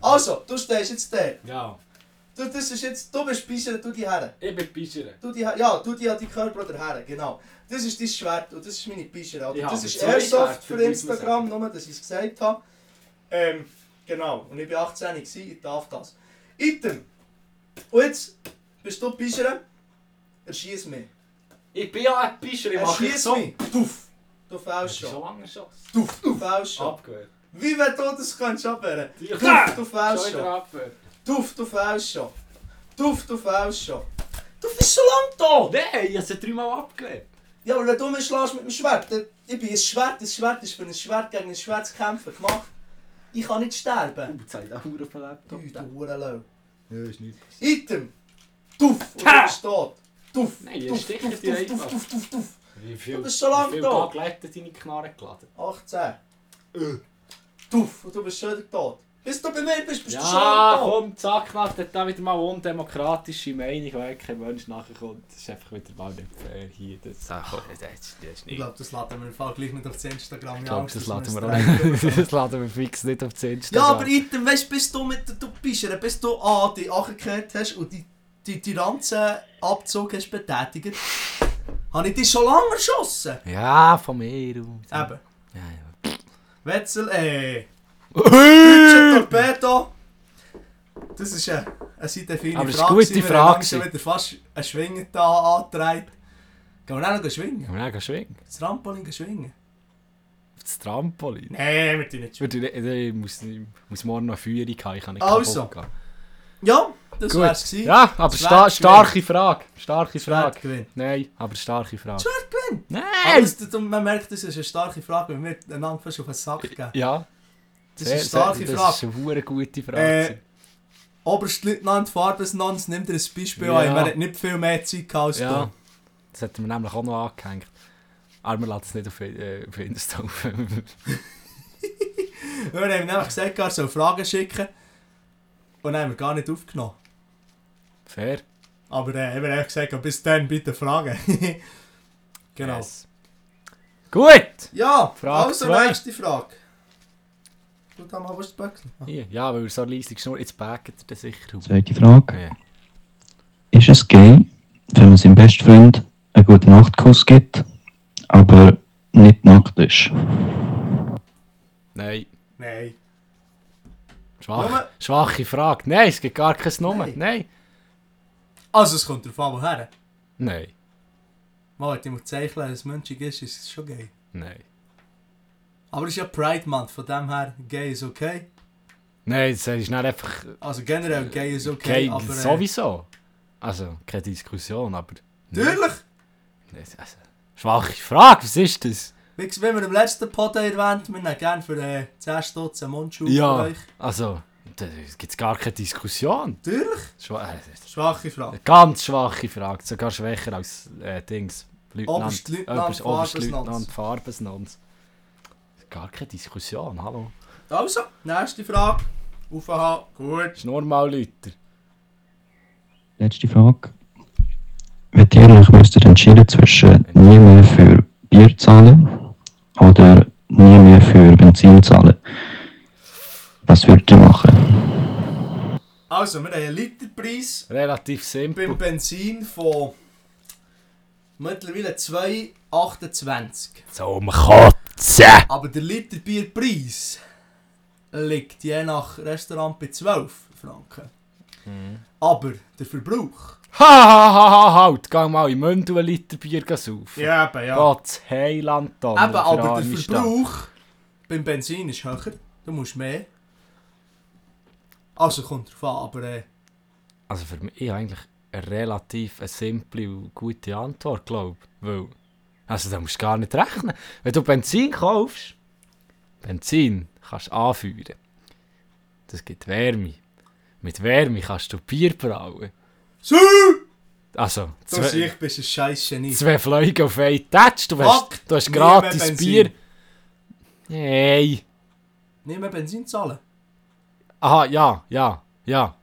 Also, du stehst jetzt da.
Ja,
Du, das ist jetzt, du bist die Bischere, du die her.
ich bin Fischere.
Du die, ja, du die an die Körper oder her, genau. Das ist dein Schwert und das ist meine Bischere, oder?
Ja,
das
aber
ist
zwei Schwerter,
Airsoft für
würde ich mal
Instagram, nur dass ich es gesagt habe. Ähm, genau. Und ich bin 18, gewesen, ich darf das. Item. Und jetzt bist du die Bischere. Erschieß mich.
Ich bin ja ein Fischere, ich
Er
mache
schießt
so.
mich. Tuff. Du fällst
Schon
schon.
lange schon.
Tuff, du fällst schon.
Abgehört.
Wie wenn du das kannst abwehren.
Ja.
Tuff, du fällst
Schon
schon.
wieder abgehört.
Tuff, du fällst schon. Tuff, du fällst schon. Du bist schon lang da.
Nein, ich habe sie dreimal abgehört.
Ja, aber wenn du mich schlägst mit dem Schwert, dann, ich bin ein Schwert, ein Schwert ist für ein Schwert gegen ein Schwert zu kämpfen gemacht. Ich kann nicht sterben.
Jetzt habe ich auch auf den
Du,
Laptop.
du Hurenlau.
Ja, ist nicht.
Item. Tuff, und du
Ha!
bist tot. Tuff,
Nein, ihr
tuff,
sticht
tuff,
dich
tuff, tuff,
einfach.
tuff, tuff, tuff.
Wie viel,
Du bist so lang
wie viel
da.
Tage lädt er deine Knarre geladen?
18. äh, tuff, und du bist schon wieder tot. Bis du bei mir bist, bist du schon
Ja,
wieder tot.
komm, zack, macht er da wieder mal undemokratische Meinung, weil kein Mensch nachher kommt. Das ist einfach wieder mal nicht fair Eh, hier. Das,
Ach, komm, das ist, das ist
Ich
nicht.
glaube, das laden wir im Fall gleich nicht auf das Instagram.
ich glaube,
Ja,
das
müssen
laden wir
uns drehen.
auch Das laden wir fix nicht auf die Insta.
Ja, aber item, weißt du, bis du mit der Dupischere, bis du A, die angekehrt hast und die, die, die ganzen Abzug hast betätigt, habe ich dich schon lange erschossen.
Ja, von mir aus.
Eben.
Ja, ja. Äh.
Wetzel, ey. Deutscher
Aber
Torpedo. Das ist eine, eine sehr feine
Aber es ist
Frage.
eine gute
gewesen. Wir
Frage
haben schon wieder fast einen Schwingen da angetragen. Gehen wir auch noch schwingen?
dann gehst du weg.
Das Trampolin schwingen?
Auf das Trampolin.
Nein, wir tun nicht schwingen.
Ich, würde- ich, muss, ich muss morgen noch eine Führung haben, ich kann nicht
Also,
kaputt gehen.
Ja, das
Gut.
wär's gewesen.
Ja,
Schwert
aber sta
gewinnt.
starke Frage. Starke
Schwert
Frage.
gewinnt.
Nein, aber starke Frage.
Schwert gewinnt. Aber
Nein!
es- du- man merkt, das ist eine starke Frage, weil wir einander fast auf den Sack gehen.
Ja,
Das ist eine
sehr-
starke
das
Frage.
ist eine hure gute
Äh,
Frage.
Oberstleutnant Farbesnanz, nimm dir ein Beispiel
Ja.
an. Er hat nicht viel mehr Zeit gehabt als
ja,
du.
das hätten wir nämlich auch noch angehängt. Aber wir lassen es nicht auf, äh, auf Insta auf.
Wir haben ihm nämlich gesagt, er soll Fragen schicken. Und dann haben wir gar nicht aufgenommen.
Fair.
Aber äh, wir haben gesagt, bis dann bitte fragen. genau.
Yes. Gut!
Ja,
Frage
also
zwei.
nächste Frage. Du da mal was zu böckeln.
Hier, Ja, weil wir so leise geschnurrt jetzt backen wir das sicher auf.
Zweite Frage.
Okay.
Ist es gay, wenn man seinem besten Freund einen guten Nachtkuss gibt, aber nicht nackt ist?
Nein,
Nein.
schwach,
Nummer-
schwache Frage. Nein, es gibt gar keine Nummer.
Nein.
Nein.
Also es kommt drauf an, woher.
Nein.
Mal, ich muss zeichnen, dass es menschig ist, ist es schon gay.
Nein.
Aber es ist ja Pride Month, von dem her, gay ist okay.
Nein, das ist nicht einfach.
Also generell, gay ist okay,
Okay,
aber... Äh,
sowieso. Also, keine Diskussion, aber.
Natürlich!
Nein, also, schwache Frage, was ist das?
Wie gesagt, wie wir im letzten Pod haben erwähnt, wir nehmen gerne für äh, 10 Stutz einen Mundschuh
Ja.
für euch.
Also, da gibt es gar keine Diskussion.
Natürlich.
Schwa äh, das ist
Schwache Frage.
eine ganz schwache Frage, sogar schwächer als äh, Dings.
Oberstleutnant
Oberst- Oberstleutnant
Farbesnanz.
Farbesnanz. Gar keine Diskussion, hallo.
Also, nächste Frage. Aufhaben, gut.
Das ist normal, Leute.
Letzte Frage. Wenn ihr euch müsstet entscheiden zwischen nie mehr für Bier zahlen oder nie mehr für Benzin zahlen, was würdet ihr machen?
Also, wir haben einen Literpreis
Relativ simpel.
beim Benzin von mittlerweile 2,28.
Zum Kotzen!
Aber der Literbierpreis liegt je nach Restaurant bei 12 Franken.
Mhm.
Aber der Verbrauch...
Ha ha ha ha halt! Geh mal in Mündel einen Liter Bier saufen.
Ja, eben, ja.
Gott, Heiland da.
Eben, aber der Verbrauch beim Benzin ist höher. Du musst mehr. Also kommt drauf an, aber äh,
Also für mich ich habe eigentlich eine relativ eine simple und gute Antwort, glaube ich. Weil, also da musst du gar nicht rechnen. Wenn du Benzin kaufst, Benzin kannst du anfeuern. Das gibt Wärme. Mit Wärme kannst du Bier brauen.
so,
Also,
du
zwei,
siehst, bist ein scheiß Genie.
zwei Fliegen auf einen Tatsch. Du
Fuck,
hast, du hast
nie mehr
gratis
Benzin.
Bier. Hey.
Nicht mehr Benzin zahlen.
Aha, ja, ja, ja.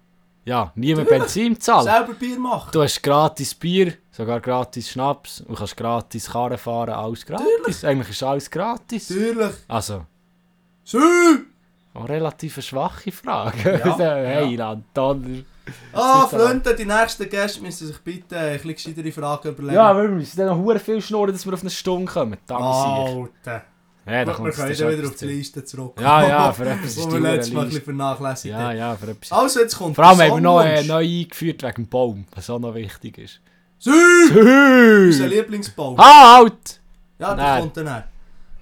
Ja, nie mehr
Natürlich.
Benzin zahlen.
Selber Bier machen.
Du hast gratis Bier, sogar gratis Schnaps und kannst gratis Karren fahren, alles gratis. Eigentlich ist alles gratis.
Natürlich.
Also,
So.
auch relativ eine schwache Frage.
Ja,
hey, Landonner.
Ah,
ist aber-
Freunde, die nächsten Gäste müssen sich bitte äh, ein bisschen gescheitere Fragen überlegen.
Ja, wir müssen dann noch hure viel schnurren, dass wir auf eine Stunde kommen. Danke sich.
Alter.
Ja, da
Gut, Ah. wir
kommt
können
es
dann wieder auf die Liste zurück.
Ja, ja, für etwas ist
Wo
die
wir letztes Mal ein
Liste.
bisschen Ah, vernachlässigt
Ja,
haben.
ja, für etwas.
Also, jetzt kommt
Vor allem
der
haben wir noch äh,
Songwunsch.
neu eingeführt wegen dem Baum, was auch noch wichtig ist.
So, unser
Hü!
Lieblingsbaum.
Halt!
Ja, das
Nein.
kommt dann her.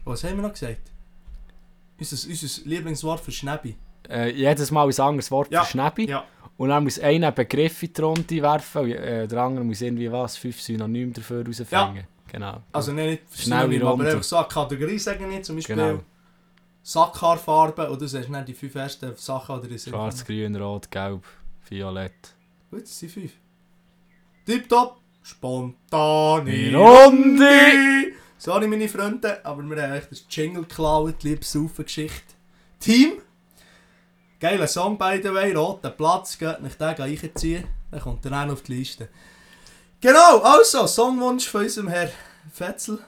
Was haben wir noch gesagt? Unser, unser Lieblingswort für Schnäbi.
Äh, jedes Mal ein anderes Wort
Ja,
für Schnäppi.
ja.
Und dann muss einer einen Begriff in die Runde werfen und äh, der andere muss irgendwie was, fünf Synonyme dafür herausfinden. Genau.
Also nein, nicht für
Schnelle
Synonym, aber
Runde.
einfach so eine Kategorie sagen nicht. Zum Beispiel
Genau.
Sackhaarfarbe oder du sagst nicht die fünf ersten Sachen oder die sind.
Schwarz, grün, rot, gelb, violett.
Gut, das sind fünf. Tipptopp. Spontane
Die Runde.
Sorry, meine Freunde, aber wir haben euch das Jingle geklaut, liebe Saufen-Geschichte. Team! Geiler Song, by the way, roter Platz, geht nicht den reinziehen, dann kommt er auch auf die Liste. Genau, also, Songwunsch von unserem Herr Fetzel.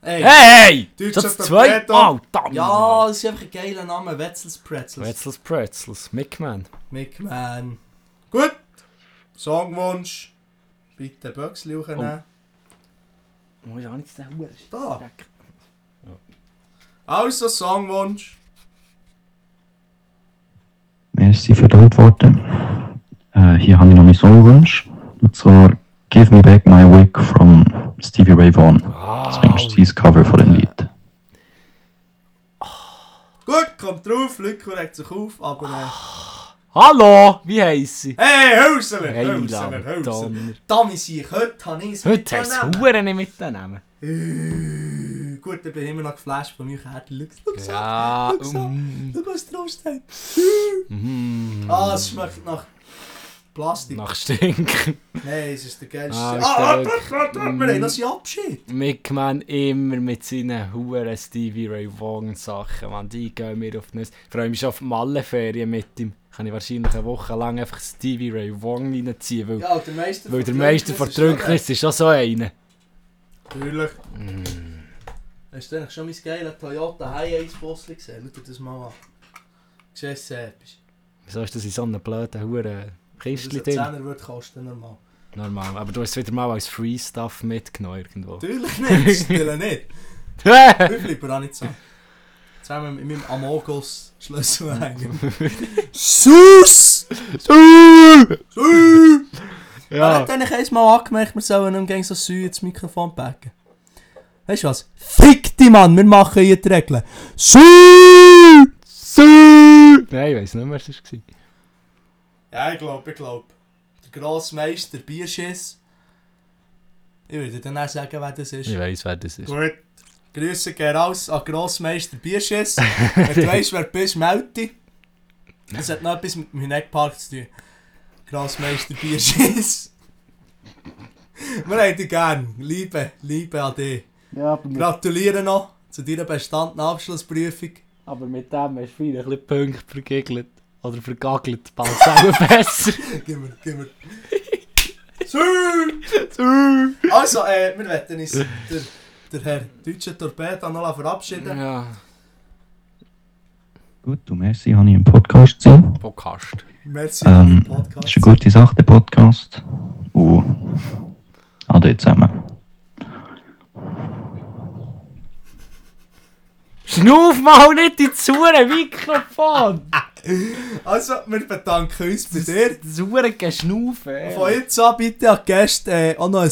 Ey,
Hey! hey!
Deutscher
Das zwei?
Vertreter.
Oh, damn!
Ja, das ist einfach ein geiler Name, Wetzels Pretzels.
Pretzels, Pretzels, Mickman.
Mickman. Gut, Songwunsch. Bitte Böxli hochnehmen.
Muss ich auch nicht den Huren
Da. Also, Songwunsch.
Merci für die Antworten. Äh, hier habe ich noch meinen Songwunsch. Und zwar Give Me Back My Wig von Stevie Ray Vaughan. Das ist sein Cover von dem Lied.
Gut, kommt drauf, Leute regt sich auf, aber...
Ah.
Äh,
Hallo, wie heisst sie?
hey, Hölsener,
Hey,
Hölsener, Hölsener.
Donner.
Damit ich heute habe ich es
Heute hast du
mitgenommen.
es Huren nicht mit den Namen.
Äh, Gut, ich bin immer noch geflasht von mir. Schau, schau, schau.
Ja,
so.
mm,
Du musst draufstehen.
mm,
Ah, es schmeckt nach Plastik.
nach Stink.
Nein, es ist der geilste.
Ah,
Ah,
ist
ah,
der-
ah, ah, ah,
Mm.
wir haben das ja Abschied.
Mickman immer mit seinen Huren Stevie Ray Vaughan Sachen, man, die gehen mir auf die Nüsse. Ich freue mich schon auf die Malleferien mit ihm. Kann ich wahrscheinlich eine Woche lang einfach Stevie Ray Vaughan reinziehen, weil,
Ja, und der Meister
weil der Meister von Trünknitz ist auch so einer. Mm.
Natürlich. Hast du eigentlich schon mein geiles Toyota High-Ace-Bossli gesehen? Schau dir das mal an. Siehst du etwas?
Wieso ist das in so einem blöden Huren
Das
Kistchen
ein
drin?
10er würde kosten normal.
Normal, aber du hast es wieder mal als Free Stuff mitgenommen irgendwo.
Natürlich nicht, das stille nicht.
Hä?
Ich bleibe auch nicht zusammen. Zusammen mit meinem Amogos-Schlüssel hängen. Sus! Sus! Ja.
ja,
Hat eigentlich einmal angemerkt, wir sollen nicht gegen so Säue ins Mikrofon packen. Weißt du was? Fick dich, Mann, wir machen hier die Regeln. Säue! Säue!
nein, ich weiß nicht mehr, was es war.
Ja, ich glaube, ich glaube. Der Grossmeister Bierschiss. Ich würde dann auch sagen, wer das ist.
Ich weiß, wer das ist.
Gut. Grüße gehen raus an Grossmeister Bierschiss. Wenn du weißt, wer du bist, melde dich. Das hat noch etwas mit meinem Neckpark zu tun. Grossmeister Bierschiss. Wir haben dich gern. Liebe, Liebe an dich.
Ja, aber
Gratuliere noch zu deiner bestandenen Abschlussprüfung.
Aber mit dem hast du vielleicht ein bisschen Punkte vergegelt. Oder vergagelt, passt auch besser.
Gib mir, gib mir. Tschüss! Also, äh, wir werden uns der, der Herr deutsche Torpedo noch
Ähm,
verabschieden.
ja,
Gut, und merci habe ich im Podcast gesehen.
Podcast.
Merci für den
Ähm, das
Podcast.
ist eine gute Sache, der Podcast. Und ah, ade zusammen.
Schnauf mal nicht in das hure Mikrofon!
Also, wir bedanken uns bei dir.
Das hure Geschnaufen, ey.
Von jetzt an bitte an die Gäste äh, auch noch ein,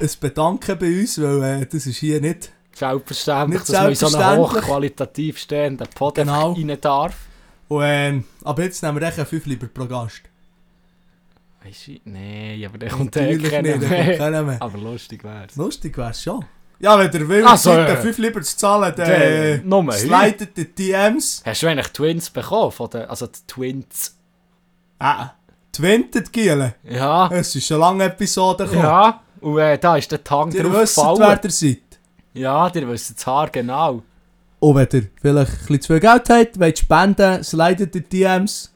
ein Bedanken bei uns, weil äh, das ist hier nicht.
Selbstverständlich,
Nicht
dass man in so einen
selbstverständlich.
hochqualitativ stehenden Pod
Genau.
einfach rein darf.
Und ähm, ab jetzt nehmen wir echt einen Fünfli pro Gast.
Weisst du, nee, aber der kommt eh
Natürlich
keiner
nicht, den
mehr.
kennen wir.
Aber lustig wär's.
Lustig wär's schon. Ja, wenn ihr will,
Also,
also, den
äh,
5 lieber zu zahlen, dann
der- nur
äh,
mehr.
slidet die DMs.
Hast du eigentlich Twins bekommen? Von den, also die eh, Twins.
Ah, twintet Giele.
Ja.
Es ist eine lange Episode gekommen.
Ja. Und äh, da ist der Tank
Ihr
drauf
wisst, wer
gefallen.
ihr seid.
Ja, die wissen das Haar genau.
Und wenn ihr vielleicht ein bisschen zu viel Geld habt, wollt spenden, slidet die DMs.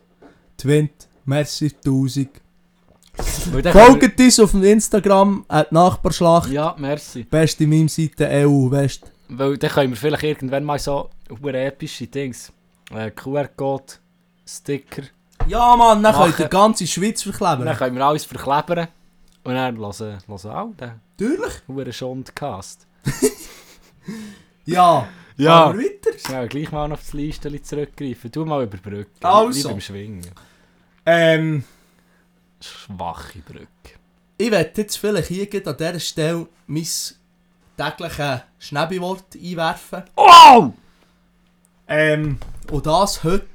Twint, merci, 1000.
Weil dann können
Folgt uns auf dem Instagram, at Nachbarschlacht.
wir- Ja, merci.
Beste Meme-Seite EU, E West.
Weil dann können wir vielleicht irgendwann mal so über epische Dings. Äh, QR-Code, Sticker.
Ja, Mann, dann
Machen.
könnt ihr die ganze Schweiz
Und dann
verklebern.
können wir alles verklebern. Und dann hören hören auch den
Natürlich.
huren Schondcast.
Ja.
Ja.
Aber weiter.
Schnell gleich mal noch auf das Liste zurückgreifen. Du mal überbrücken. Wie
Also.
beim Schwingen.
Ähm.
Schwache Brücke.
Ich werde jetzt vielleicht hier gleich an dieser Stelle mein tägliches Schneebiwort einwerfen.
Oh!
Ähm, und das heute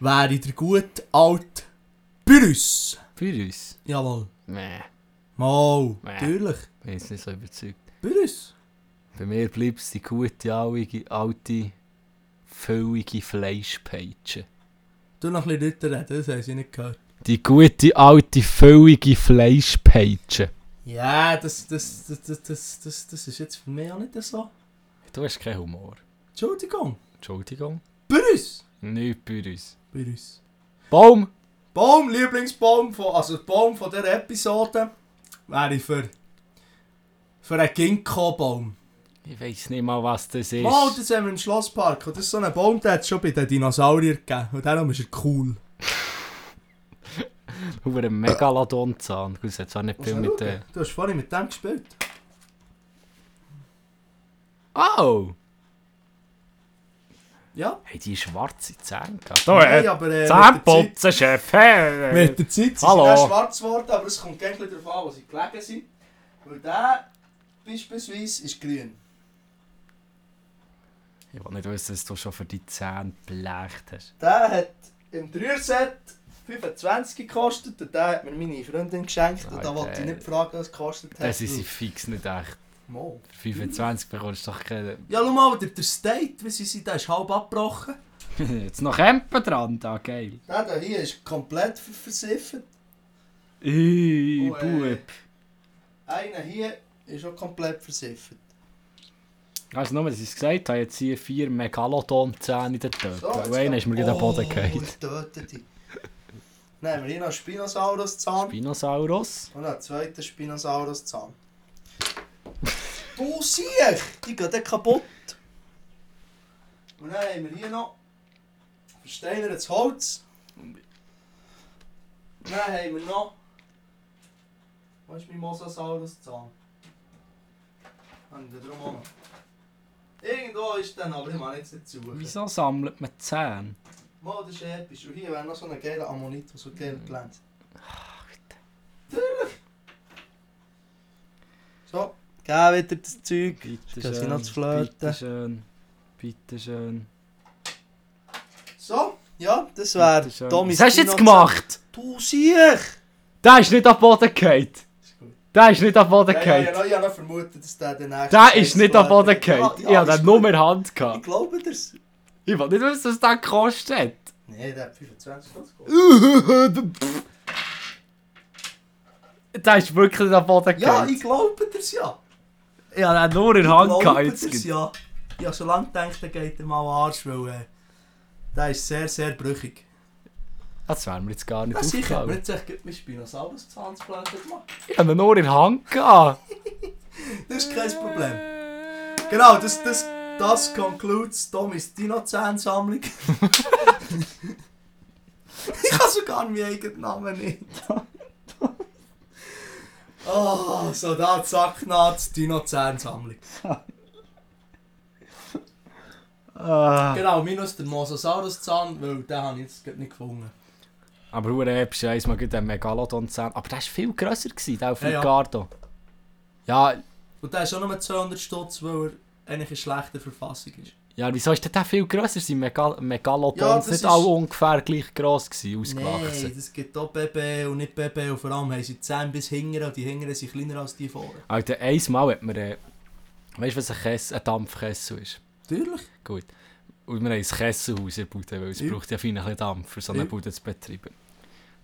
wäre der gute alte Pyrrhus.
Für uns?
Jawohl.
Nee,
Mal,
Mäh.
natürlich.
bin jetzt nicht so überzeugt.
Pyrrhus.
Bei mir bleibt es die gute, alige, alte, füllige Fleischpeitsche.
Du noch ein bisschen lauter reden, das haben sie nicht gehört.
Die gute, alte, füllige Fleischpeitsche.
Ja, das, das, das, das, das, das, das ist jetzt für mich auch nicht so.
Du hast keinen Humor.
Entschuldigung.
Entschuldigung.
Bei uns.
Nicht bei uns.
Bei uns.
Baum!
Baum, Lieblingsbaum von, also der Baum von dieser Episode wäre ich für, für einen Ginkgo-Baum.
Ich weiß nicht mal, was das ist.
Mal, das haben wir im Schlosspark. Und das ist so ein Baum, der hat es schon bei den Dinosauriern gegeben. Und darum ist er cool.
Über einen Megalodon-Zahn. Gut, das hat zwar nicht viel mit
Schau,
der.
Du hast vorhin mit dem gespielt.
Oh!
Ja.
Hey, die schwarze Zähne. gehabt.
Nein, aber, äh, mit,
Zahnputzen, Chef!
der Zeit, mit der Zeit sind
Hallo.
sie dann schwarz geworden, aber es kommt gleich darauf an, wo sie gelegen sind. Weil der beispielsweise ist grün.
Ich will nicht wissen, dass du schon für die Zähne blecht hast.
Der hat im Dreierset 25 gekostet und den hat mir meine Freundin geschenkt. Und da
Alter.
wollte ich nicht fragen, was es gekostet hat.
Das ist sie fix nicht echt.
Mal.
Für 25 bekommst du doch keine.
Ja, schau mal, der, der State, wie sie sind, der ist halb abgebrochen.
Jetzt noch Campen dran, da geil.
Der da hier ist komplett ver versiffert.
Ih,
Oh, äh.
Bub.
Einer hier ist auch komplett versiffert.
Weißt du nur, dass ich es gesagt habe? Jetzt hier vier Megalodon-Zähne in der
Oh,
Töpfe. Und einer ist mir gerade am Boden gefallen.
gefallen. Nein, wir hier noch einen Spinosaurus-Zahn
Spinosaurus.
und noch einen zweiten Spinosaurus-Zahn. Du siehst, die gehen dann kaputt. Und dann haben wir hier noch versteinertes Holz. Und dann haben wir noch. Wo ist mein Mosasaurus-Zahn? Haben wir drum auch noch. Irgendwo ist dann, aber ich mag jetzt nicht suchen.
Wieso sammelt man Zähne?
Mal, das ist episch. Und hier wäre noch so ein geiler Ammonit, der so geil glänzt. So, geh wieder das Zeug.
Bitte
Das sind noch zu
schön.
flirten.
Bitte schön. Bitte schön.
So, ja, das
Bitte schön.
wäre Tommy's
Was hast du jetzt
Kino-
gemacht?
Du siehst!
Der ist nicht auf den Boden gefallen.
Ist gut.
Der ist nicht auf den Boden
Ja, ja,
gefallen.
ja, ich habe noch vermutet, dass der den nächsten...
Der ist nicht auf den Boden gefallen.
geht.
Ich habe den nur in der Hand
Ich
gehabt.
glaube das.
Ich will nicht wissen, was der gekostet hat.
Nee, der hat 25 Schuss gekostet.
Der ist wirklich nicht auf den Boden
Ja,
gefallen.
ich glaube das ja.
Ich habe den nur in
Ich
der Hand
glaube
gehabt.
das
jetzt.
ja. Ich habe so lange gedacht, der geht ihm mal an den Arsch, weil... Äh, der ist sehr, sehr brüchig.
Das wäre mir jetzt gar nicht
Ja, sicher, aber
aufgefallen.
jetzt echt gibt mir Spinosaurus Zahnsplätze gemacht.
Ich habe ihn nur in der Hand gehabt.
Das ist kein Problem. Genau, das, das, das concludes Tommys Dino-Zahnsammlung. ich kann sogar meinen eigenen Namen nicht. Oh, Soldat Sacknaz, Dino-Zahnsammlung.
Ah.
Genau, minus der Mosasaurus-Zahn, weil den habe ich jetzt gerade nicht gefunden.
Aber Uhr Epsch, eins mal gut den Megalodon zusammen. Aber der war viel grösser, gewesen, der auf
Ja, ja.
Ricardo. Ja.
Und der ist auch nur 200 Stutz, weil er eigentlich in schlechter Verfassung ist.
ja, wieso ist denn der viel grösser? Sind Megal Megalodons
Ja, das
nicht
ist-
alle ungefähr gleich gross gewesen, ausgewachsen?
Nein, es gibt auch Bebe und nicht Bebe und vor allem haben sie 10 bis hinten und die hinten sind kleiner als die vorne.
Alter, einmal hat man... Äh, weißt du, was ein, Kess, ein Dampfkessel ist?
Natürlich.
Gut. Und wir haben ein Kesselhaus erbaut, weil es
Ja.
braucht ja viel ein bisschen Dampf, um so eine
Ja.
Bude zu betreiben. Dann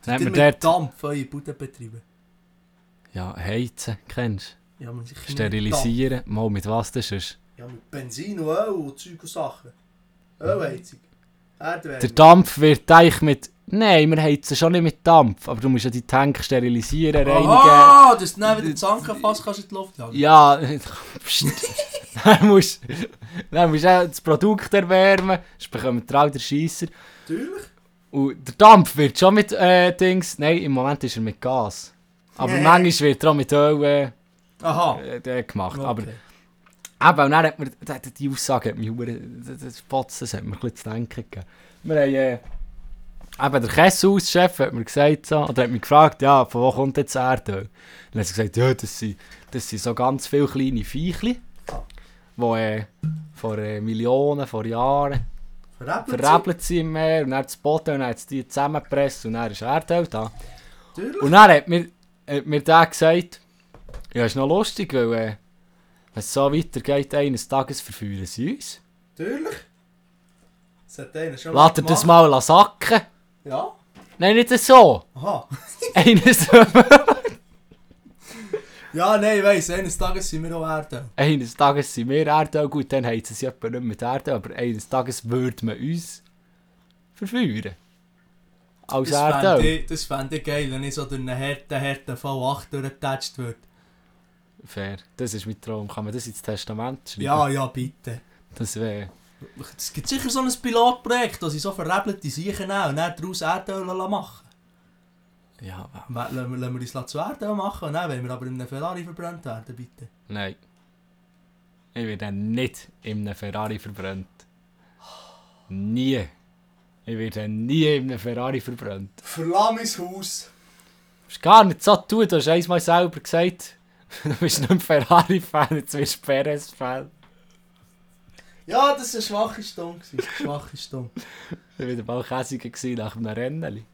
Dann
hat
mit
man dort...
Dampf eure Bude betreiben.
Ja, heizen, kennst
Ja, man sicher
du?
nicht mit
Sterilisieren. Mal, mit was dus. das ist?
Dampf. Ja, mit Benzin und Öl und Zeug und Sachen. Oh, Ölheizung.
Der
Erdwärme.
Dampf wird teich mit... Nein, wir heizen schon nicht mit Dampf, aber du musst ja die Tank sterilisieren, reinigen...
Ah, dass du dann wieder die Zanken fast kannst in die Luft jagen.
Ja, pst. dann musst dann musst du auch das Produkt erwärmen, sonst bekommt ihr auch den Scheisser.
Natürlich.
Und der Dampf wird schon mit äh, Dings... Nein, im Moment ist er mit Gas. Aber
Nee.
manchmal wird er auch mit Öl
Aha.
äh, äh, gemacht. Aber
Okay.
Eben, und Ah, dann hat mir, da- da- die Aussage hat mich hure- das- das Fotzen, das hat mir ein bisschen zu denken gegeben. Wir haben, äh, eben der Kesselhauschef hat mir gesagt, so, oder hat mich gefragt, ja, von wo kommt jetzt das Erdöl? Dann hat sie gesagt, ja, das sind, das sind so ganz viele kleine Viechli, die äh, vor äh, Millionen, vor Jahren
Verräppelt sie.
verrebelt sind im Meer und dann das Boden und dann hat sie die zusammengepresst und dann ist Erdöl da.
Natürlich.
Und dann hat mir, hat mir der gesagt, ja, ist noch lustig, weil äh, wenn es so weitergeht, eines Tages verführen sie uns.
Natürlich. Das hat einer schon
Lass dir das mal la sacken.
Ja.
Nein, nicht so.
Aha.
Eines
Ja, nein, ich weiss, eines Tages sind wir auch Erdöl.
Eines Tages sind wir Erdöl, gut, dann heizen sie etwa nicht mehr die Erdöl, aber eines Tages würde man uns verfeuern. Als
Das fände
Erdöl.
ich, das fänd ich geil, wenn ich so durch einen harten, harten V8 durchgetatscht würde.
Fair. Das ist mein Traum. Kann man das ins Testament schreiben?
Ja, ja, bitte.
Das wäre...
Es gibt sicher so ein Pilotprojekt, wo sie so verrebelte Seichen nehmen und dann daraus Erdöl lassen machen.
Ja, wa-
Lassen wir, lassen wir uns das zu Erdöl machen und dann wollen wir aber in einem Ferrari verbrannt werden, bitte.
nein. Ich werde nicht in einem Ferrari verbrannt. Nie. Ich werde nie in einem Ferrari verbrannt.
Verlass mein Haus.
ist gar nicht so tun, du hast einmal selber gesagt, du bist nicht ein Ferrari-Fan, jetzt bist du Perez-Fan.
Ja, das war eine schwache Stunde. gewesen. Schwache Stunde.
Ich war wieder mal käsiger gewesen nach einem Rennen.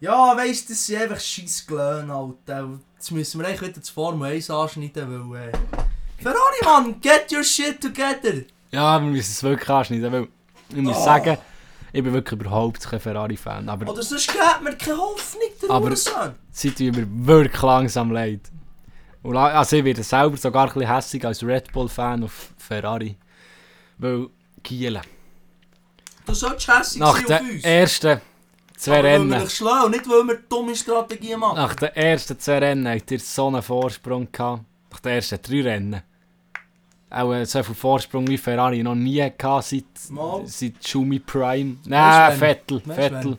Ja, weisst, das sind einfach scheiß Glöhne, Alter. Jetzt müssen wir eigentlich wieder das Formel 1 anschneiden, weil... Äh, Ferrari, Mann, get your shit together!
Ja, wir müssen es wirklich anschneiden, weil ich muss
Oh.
sagen, ich bin wirklich überhaupt kein Ferrari-Fan, aber
Oder sonst gibt mir keine Hoffnung, der
Aber-
Hurensohn.
sie tun mir wirklich langsam leid. Und la- also ich werde selber sogar ein bisschen hässig als Red Bull-Fan auf Ferrari. Weil, Kiel,
Du solltest hässlich
nach
sein auf
den
uns.
ersten zwei
Aber Weil wir
Rennen...
dich schlagen und nicht, weil wir dumme Strategien machen.
Nach den ersten zwei Rennen habt ihr so einen Vorsprung gehabt. Nach den ersten drei Rennen. Auch äh, so viel Vorsprung wie Ferrari noch nie gehabt seit,
Mal.
seit Schumi Prime.
Weißt
Nein,
du,
Vettel.
Weißt du,
Vettel.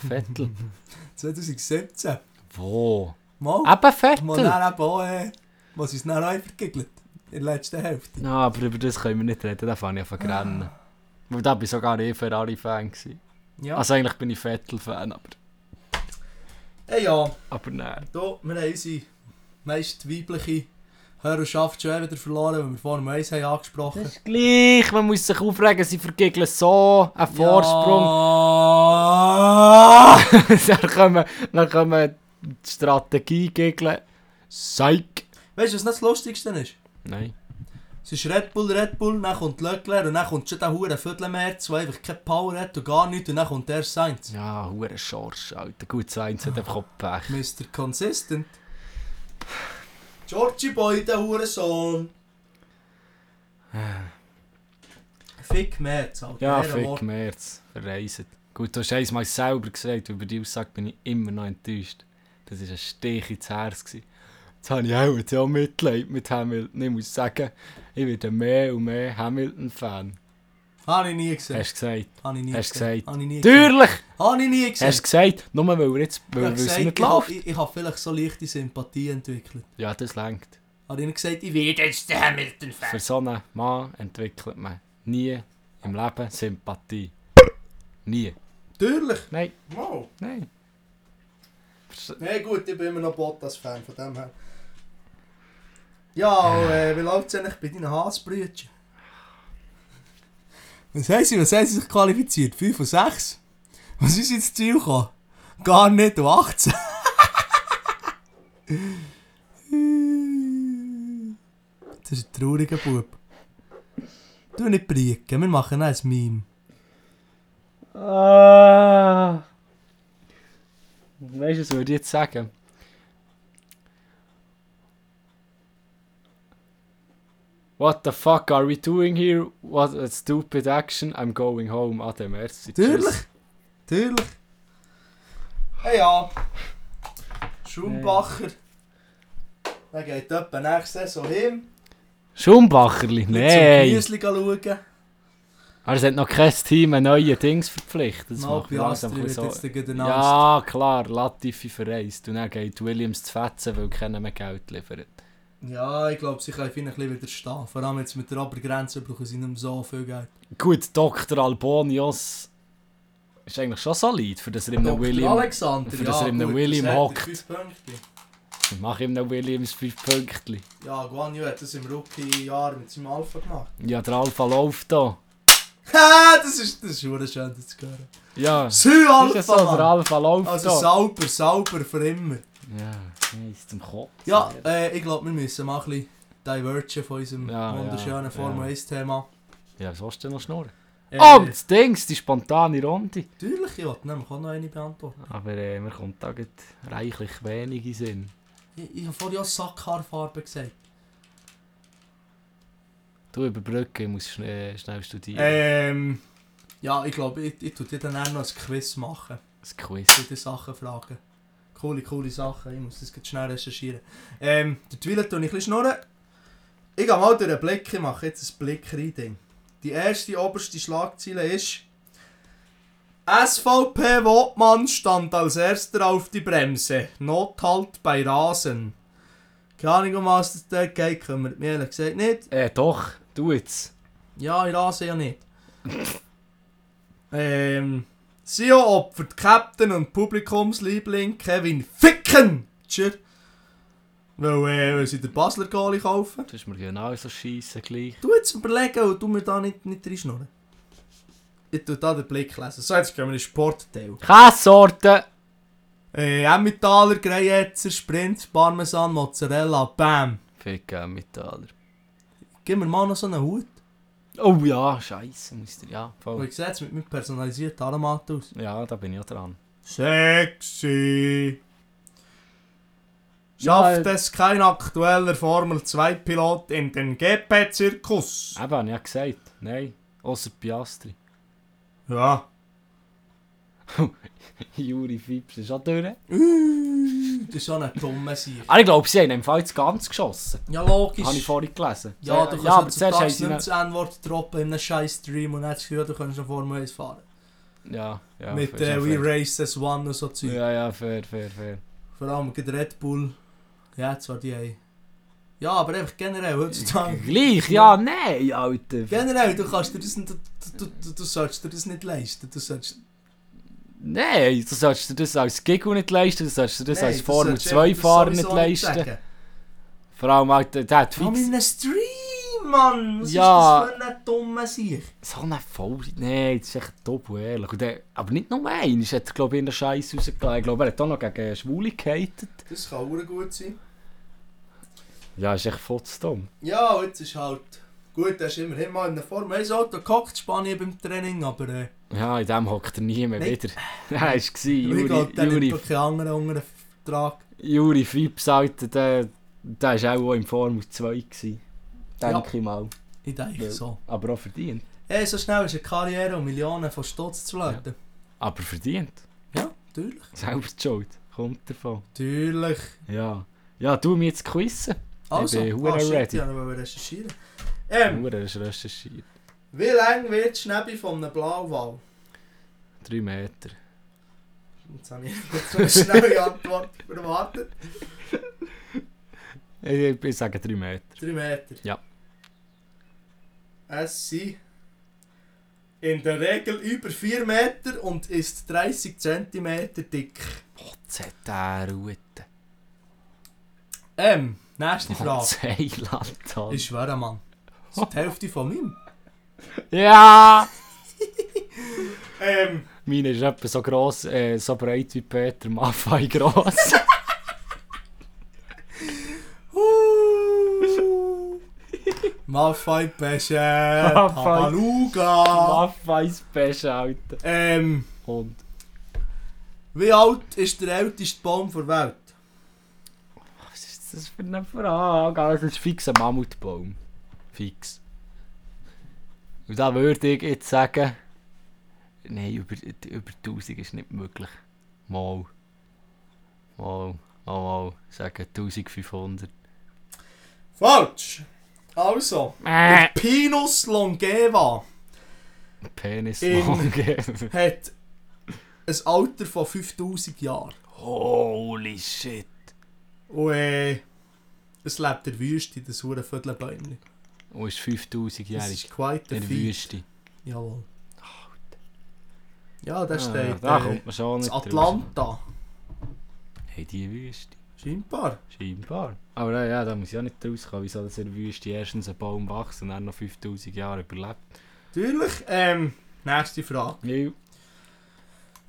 Vettel.
2017.
Wo?
Mal.
Eben
Mal
Vettel.
dann eben auch, äh, was uns dann auch vergegelt. In der letzten Hälfte.
Ja, aber über das können wir nicht reden, da fange ich an zu rennen. Weil da war sogar ich Ferrari-Fan. gewesen.
Ah. Ja.
Also eigentlich bin ich Vettel-Fan, aber,
Hey, ja,
aber nein.
da, wir haben unsere meist weibliche Hörerschaft schon eh wieder verloren, weil wir Formel 1 haben angesprochen
Das ist gleich, man muss sich aufregen, sie vergegeln so einen Vorsprung.
Ja.
dann kommen, dann kommen die Strategie gegen Psych.
Weißt du, was nicht das Lustigste ist?
Nein.
Es ist Red Bull, Red Bull, dann kommt Löckler und dann kommt schon der hure Viertelmärz, der einfach keine Power hat und gar nichts und dann kommt der Sainz.
Ja, hure Schorsch, Alter. Gut, Sainz hat einfach auch Pech.
Mr. Consistent. Georgie Boy, der hure Sohn. Fick März, Alter.
Ja,
Ehrenwort.
fick Merz. Verreisen. Gut, du hast einmal selber gesagt, über die Aussage bin ich immer noch enttäuscht. Das war ein Stich ins Herz. gewesen. Jetzt habe ich auch jetzt auch Mitleid mit Hamilton. Ich muss sagen, ich werde mehr und mehr Hamilton-Fan.
Habe ich nie gesehen.
Hast du gesagt?
Habe ich nie
Hast du
gesehen.
gesagt?
Habe ich nie gesehen.
Natürlich!
Habe ich nie gesehen.
Hast du gesagt? Nur weil er jetzt
Ich
weil er
habe
es
gesagt,
nicht
ich habe-
läuft.
ich, ich habe vielleicht so leichte Sympathie entwickelt.
Ja, das lenkt.
Habe ich nicht gesagt, ich werde jetzt der Hamilton-Fan.
Für so einen Mann entwickelt man nie im Leben Sympathie. Nie.
Natürlich.
Nein,
Wow.
nein. Vers-
Nee, gut, ich bin immer noch Bottas-Fan von dem her. Ja, äh, wie läuft es eigentlich bei deinen Haasbrütchen? Was haben sie, was haben sie sich qualifiziert? 5 und 6? Was ist jetzt das Ziel gekommen? Gar nicht um 18. das ist ein trauriger Bub. Du nicht brieken, wir machen dann ein Meme.
Ah. Weißt du, was würde ich jetzt sagen? What the fuck are we doing here? What a stupid action. I'm going home. Ah, Ade, merci.
Tuurlijk.
Tschüss.
Natürlich. Hey ja. Schumbacher. Er geht etwa nächste Saison hin.
Schumbacherli,
Nein. Zum
nein.
Müsli schauen.
Aber es hat noch kein Team ein neues Dings verpflichtet. Das
Mal
macht mich langsam ein
Piastri wird
bisschen
jetzt
so...
der gute Name.
Ja, klar, Latifi verreist. Und dann geht Williams zu fetzen, weil keiner mehr Geld liefert.
Ja, ich glaube, sie können vielleicht ein bisschen widerstehen. Vor allem jetzt mit der Obergrenze brauchen sie nicht mehr so viel Geld.
Gut, Dr. Albonios ist eigentlich schon solid, für das er ihm
Dr.
Williams...
Alexander, dus
für das er in den William
das hat er,
hockt.
fünf Punkte.
Ich mache ihm noch Williams 5 Pünktchen.
Ja, Guan Yu hat das im Rookie-Jahr mit seinem Alpha gemacht.
Ja, der Alpha läuft da.
Ha, das ist, das ist verdammt schön das zu hören.
Ja, ist
Sü
das so,
Alpha,
der
Mann.
Alpha läuft
Also
da.
sauber, sauber für immer.
Ja, nice, zum Kopf.
Ja, äh, ich glaube, wir müssen mal ein bisschen divergen von unserem
Ja,
wunderschönen
ja,
Formel
ja.
1-Thema.
Ja, was willst du denn noch schnurren?
Äh,
Oh, das Dings, die spontane Runde.
Natürlich, ich wollte nämlich auch noch eine beantworten.
Aber äh, mir kommt da gleich reichlich wenig in Sinn.
Ich, ich habe vorhin auch Sackhaarfarbe gesagt.
Du überbrücken, ich muss schnell, schnell studieren.
Ähm. Ja, ich glaube, ich, ich tue dir dann auch noch ein Quiz machen.
Das Quiz.
Ich dir Sachen fragen. Coole, coole Sachen. Ich muss das jetzt schnell recherchieren. Ähm, der Twillet tue ich ein bisschen schnurren. Ich gehe mal durch den Blick. Ich mache jetzt ein Blick-Reading. Die erste oberste Schlagzeile ist... SVP Wotmann stand als erster auf die Bremse. Nothalt bei Rasen. Keine Ahnung, um was das dort geht, kümmert mich ehrlich gesagt nicht.
Äh, doch, du jetzt.
Ja, ich rase ja nicht. ähm, Sio opfert Captain und Publikumsliebling Kevin Ficken! Tschür. Weil, äh, weil sie den Basler Goalie kaufen.
Du hast mir genau so scheiße gleich.
Du jetzt überlegen und du mir da nicht, nicht reinschnurren. Ich tu da den Blick lesen. So, jetzt gehen wir in den Sportteil.
Käsesorte!
Äh, Emmentaler, Greyetzer, Sprint, Parmesan, Mozzarella, bam.
Fick äh, Metaller.
Gib mir mal noch so einen Hut.
Oh ja, scheiße, muss der. Ja,
Oh.
voll.
Ich sehe jetzt mit meinem personalisierten Aromat aus.
Ja, da bin ich auch dran.
Sexy.
Ja,
Schafft
äh,
es kein aktueller Formel-2-Pilot in den GP-Zirkus?
Eben, hab ich ja gesagt. Nein. Außer Piastri.
Ja.
Juri Fips ist auch durch.
Uh, das ist so ein dummer Sieg.
Ah, ich glaube, sie haben im Fall jetzt ganz geschossen.
Ja,
Habe ich
logisch.
vorhin gelesen.
Ja, du
ja, aber
kannst ja,
zuerst haben
heutzutage
sie
nicht
ihn-
das N-Wort droppen in einem scheiß Stream und hast das Gefühl, du kannst noch Formel 1 fahren.
Ja, ja.
Mit
fair,
äh, We
fair.
Race as One und so Zeug.
Ja, ja, fair, fair, fair.
Vor allem gegen Red Bull. Ja, zwar die haben. Ja, aber einfach generell heutzutage.
Gleich, ja, nein, Alter.
Generell, du kannst dir das, du, du, du, du sollst dir das nicht leisten. Du sollst
Nein, du sollst dir das als Giggle nicht leisten, du sollst dir das Dus als
Nein,
Formel
sollst du einfach- das
2-Fahrer nicht
sowieso
leisten.
sagen.
Vor allem halt, der- der hat
Vor allem
fix...
in einem Stream, Mann! Was
Ja.
ist das für ein dummer Sieg?
So eine Faulheit, nein, das ist echt top ehrlich. Und der, aber nicht nur einen, ist hat glaube ich in dus der Scheiße rausgelassen. Ich glaube, er hat auch noch gegen Schwule gehatet.
Das kann auch gut sein.
Ja, ist echt futzdumm.
Ja, und jetzt ist halt... Gut, er ist immerhin mal in der Form 1 Auto gehockt, Spanien beim Training, aber... Äh,
Ja, in dem hockt er nie mehr
Nein.
wieder. Ja, ist war
ich glaube, der nimmt
Juri,
doch keinen anderen unter den Vertrag.
Juri, Juri Fips, Alter, der, der war auch in Formel 2 gewesen.
Ja.
Denke ich mal.
Ich denke
Ja.
so.
Aber auch verdient.
Ey, so schnell ist eine Karriere um Millionen von Stutz zu löten.
Aber verdient.
Ja, natürlich.
Selbst die schuld. Kommt davon.
Natürlich.
Ja. Ja, du mich jetzt quizzen.
Also, oh,
bin hure
shit,
ready.
ich wollte recherchieren. Ähm,
Nur, er ist recherchiert.
wie lang wird die Schnäbi von einem Blauwal?
3 Meter.
Jetzt habe ich so eine schnelle Antwort erwartet.
Ich, ich, ich sage 3 Meter.
3 Meter.
Ja.
Es sind in der Regel über 4 Meter und ist 30 cm dick.
ZR-Route.
Ähm, nächste Frage.
Thailand an.
Ich schwöre, Mann. Das ist die Hälfte von meinem.
Ja!
Ähm,
Meine ist etwa so gross, äh, so breit wie Peter Maffei gross.
huh. Maffei Pesche,
Maffei.
Tabaluga.
Maffei Special, Alter.
Ähm,
Und
wie alt ist der älteste Baum der Welt?
was ist das für eine Frage? Also, das ist fix ein Mammutbaum. Fix. Und da würde ich jetzt sagen, nein, über, über 1000 ist nicht möglich. Mal. Mal. Mal, mal. Sagen 1500.
Falsch! Also, der Pinus longeva
Penis
In-
lange.
hat ein Alter von 5000 Jahren.
Holy shit.
Und äh, es lebt in der Wüste, in den sauren Vödelbäumen.
Und ist 5000
Das
Jahre
ist quite a
in der
feat.
Wüste.
Jawohl. Ja, da
Ah,
steht
da
äh,
kommt man schon
das
nicht
Atlanta.
raus. Hey, die Wüste.
Scheinbar.
Scheinbar. Aber äh, ja, da muss ich auch nicht rauskommen, wieso dass in der Wüste erstens ein Baum wächst und dann noch 5000 Jahre überlebt.
Natürlich. Ähm, nächste Frage.
Ja.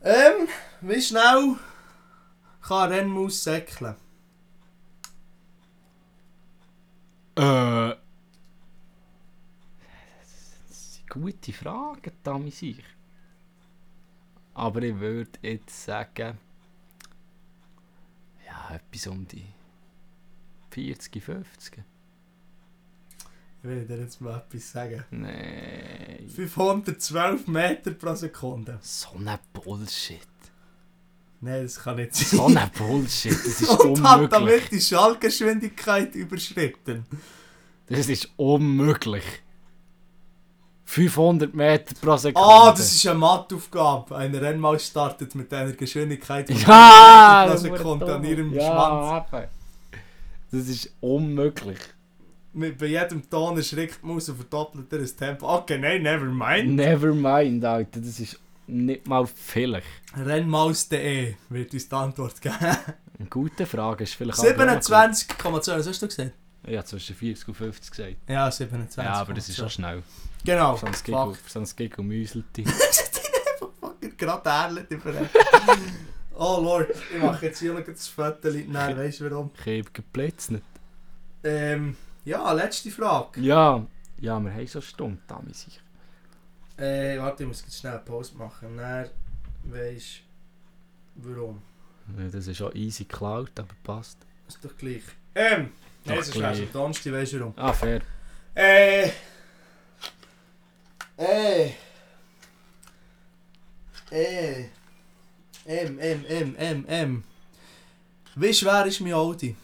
Ähm, wie schnell kann eine Rennmaus säckeln?
Äh. Das sind gute Fragen, Tami sich. Aber ich würde jetzt sagen. Ja, etwas um die 40, 50?
Ich will dir jetzt mal etwas sagen.
Nein.
512 Meter pro Sekunde.
So ein Bullshit.
Nein, das kann nicht
So
sein.
ein Bullshit. Das ist
Und hat
unmöglich.
damit die Schallgeschwindigkeit überschritten.
Das ist unmöglich. 500 Meter pro Sekunde.
Ah, das ist eine Matheaufgabe. Ein Rennmal startet mit einer Geschwindigkeit von
Ja,
100
das
Meter pro
ist
Sekunde an
dumm.
ihrem Schwanz.
ja, eben. Das ist unmöglich.
Mit, bei jedem Ton erschrickt man aus und verdoppelt er das Tempo. Okay, nein, never mind.
Never mind, Alter. Das ist nicht mal vielleicht.
Rennmaus.de wird uns die Antwort geben.
Eine gute Frage ist vielleicht aber auch noch gut.
27,2, was hast du gesagt?
Ich habe zwischen 40 und 50 gesagt.
Ja, 27.
ja, aber das ist auch schnell.
Genau.
Für sonst
Oh, Fuck.
geht es um Müselti.
Fucking gerade Erlet über Oh lord, ich mache jetzt hier noch das Foto, nein, weißt du warum?
Ich habe geblitzt.
Ähm, ja, letzte Frage.
Ja, ja, wir haben schon stumm, Dami sicher.
Äh, warte, ich muss jetzt schnell eine Pause machen. Dann weisst du, warum.
Ja, Das ist auch easy geklaut, aber passt.
Ist doch gleich. Ähm,
Doch
nein, sonst
gleich.
wärst du am Donnerstag, weisst du warum.
Ah, fair.
Äh. Äh. Äh. M, M, M, M, M. Wie schwer ist mein Audi?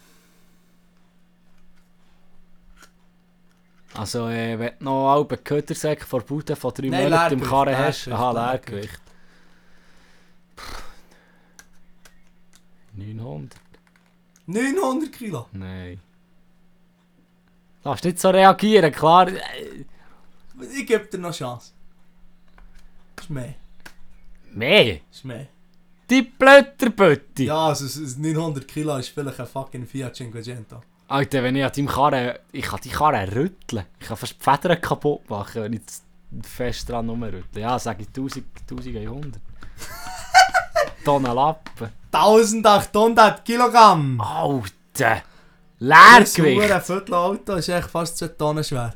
Also, äh, wenn du noch einen halben Ködersack vor Bude von drei
Nein,
Monaten im
Leergewicht,
Karren hast,
Leergewicht,
aha,
Leergewicht.
Leergewicht. Pff, 900?
900 Kilo.
Nein. Lass nicht so reagieren, klar. Äh,
Ich gebe dir noch Chance. Ist mehr.
Mehr!
Ist mehr.
Die Blöderbötti!
Ja, also es- es- 900 Kilo ist vielleicht ein fucking Fiat Cinquecento.
Alter, wenn ich an deinem Karren... Ich kann die Karre rütteln. Ich kann fast die Federn kaputt machen, wenn ich z- fest dran rumrüttle. Ja, sage ich 1000, 1100. Tonnen Lappen.
1800 Kilogramm!
Alter!
Das
Leergewicht!
verdammte Viertelauto ist echt fast 2 Tonnen schwer.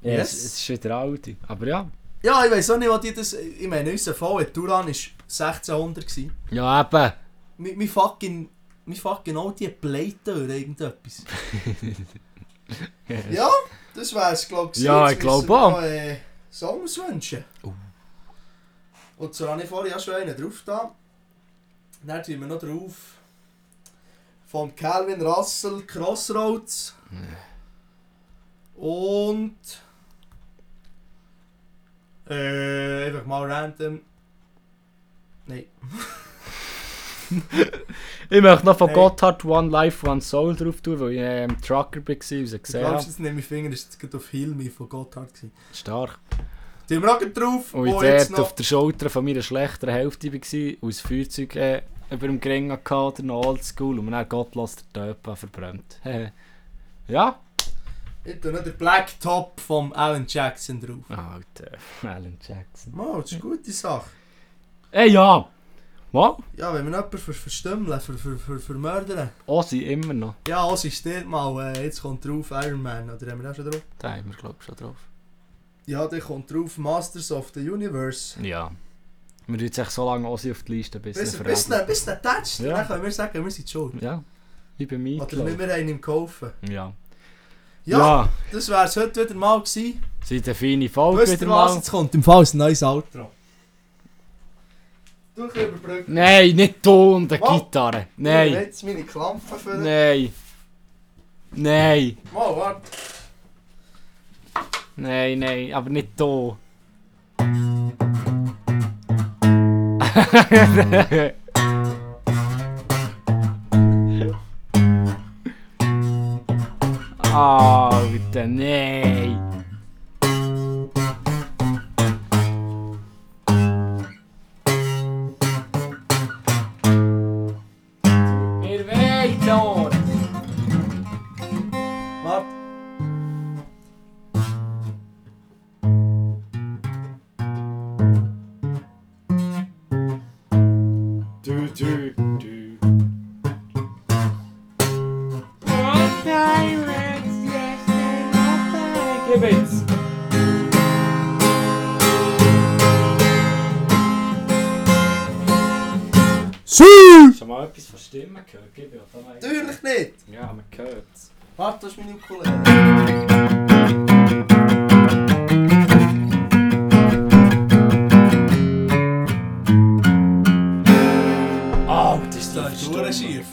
Ja,
Yes.
es, es ist wieder Audi. Aber ja.
Ja, ich weiß auch nicht, was die das... Ich meine, unser VW Touran war 1600. Gewesen.
Ja, eben.
Mein, mein fucking... Mein fucking Audi hat Pleite oder irgendetwas. ja, das wär's, glaub ich.
Ja,
Jetzt
ich glaub
müssen wir
auch. Oh.
noch, Äh, Songs wünschen. Und so habe ich vorhin auch schon einen drauf da. Dann tun wir noch drauf... Von Calvin Russell, Crossroads. Und... Äh, einfach mal random. Nein.
Ich möchte noch von
Hey.
Gotthard One Life, One Soul drauf tun, weil ich äh, im Trucker war und sie
Ich
gesehen
glaube,
habe.
jetzt nehme ich Finger, das ist gerade auf Heal Me von Gotthard. gewesen.
Stark.
Tun wir auch gerade drauf,
Und ich dort auf der Schulter von meiner schlechteren Hälfte war, aus Feuerzeug äh, über dem Gring hatte, oder noch oldschool, und mir dann gottlos der Töpa verbrannt. Hehe. ja?
Ich tue noch den Blacktop vom Alan Jackson drauf.
Alter, eh, Alan Jackson.
Mal, das ist eine gute Sache.
Ey, ja! Mal?
Ja, wenn wir jemanden für verstümmeln, für, für, für, für mördern.
Ossi, immer noch.
Ja, Ossi, steht mal, äh, jetzt kommt drauf Iron Man, oder haben wir auch schon drauf?
Da haben wir, glaube ich, schon drauf.
Ja, dann kommt drauf Masters of the Universe.
Ja. Wir tun jetzt echt so lange Ossi auf die Liste, bis
Bis
er
bis
verabschiedet.
ne- bis ne touched,
Ja.
dann können wir sagen, wir sind schuld.
Ja. Wie bei mir.
Oder
glaub
wir
ich.
wir haben ihn kaufen.
Ja.
Ja,
ja.
das wär's heute wieder mal gewesen.
Seid eine feine Folge
Wisst
wieder
ihr was,
mal.
jetzt kommt im Fall ein neues Outro. Du überbrückst.
Nein, nicht du und eine
Mal.
Gitarre.
Ich
Nein.
hab jetzt meine Klampe für.
Nein. Nein.
Mal, warte.
Nein, nein, aber nicht da. Alter, nein. Ihr weht dort.
Warte.
Do, do, do. What time is yesterday? Give it.
Tschüss!
Schon mal etwas verstanden. Stimme gehört, gib ja. da weiss-
Natürlich nicht!
Ja, man hört es.
Warte, das ist meine Ukulele.
Ah, das ist
Das ist verdammt schief.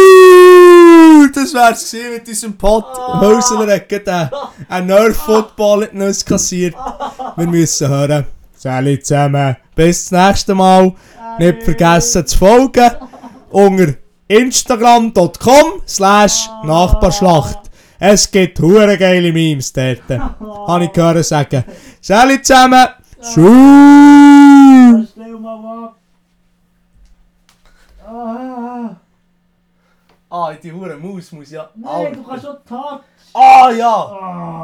Zuuuuuh! Das wär's gewesen mit unserem Pott. Hölsler hat gerade einen Nerf-Football nou in die Nuss kassiert. Wir müssen hören. Salut zusammen. Bis zum nächsten Mal. Nicht vergessen zu folgen. Unter instagram.com slash Nachbarschlacht. Es gibt hure geile Memes dort. Habe ich gehört sagen. Salut zusammen. Tschüss.
Stell mal ab. Ah,
Ah, die hure Maus muss ja...
nein, du kannst schon die Hand
Ah ja!
Ah.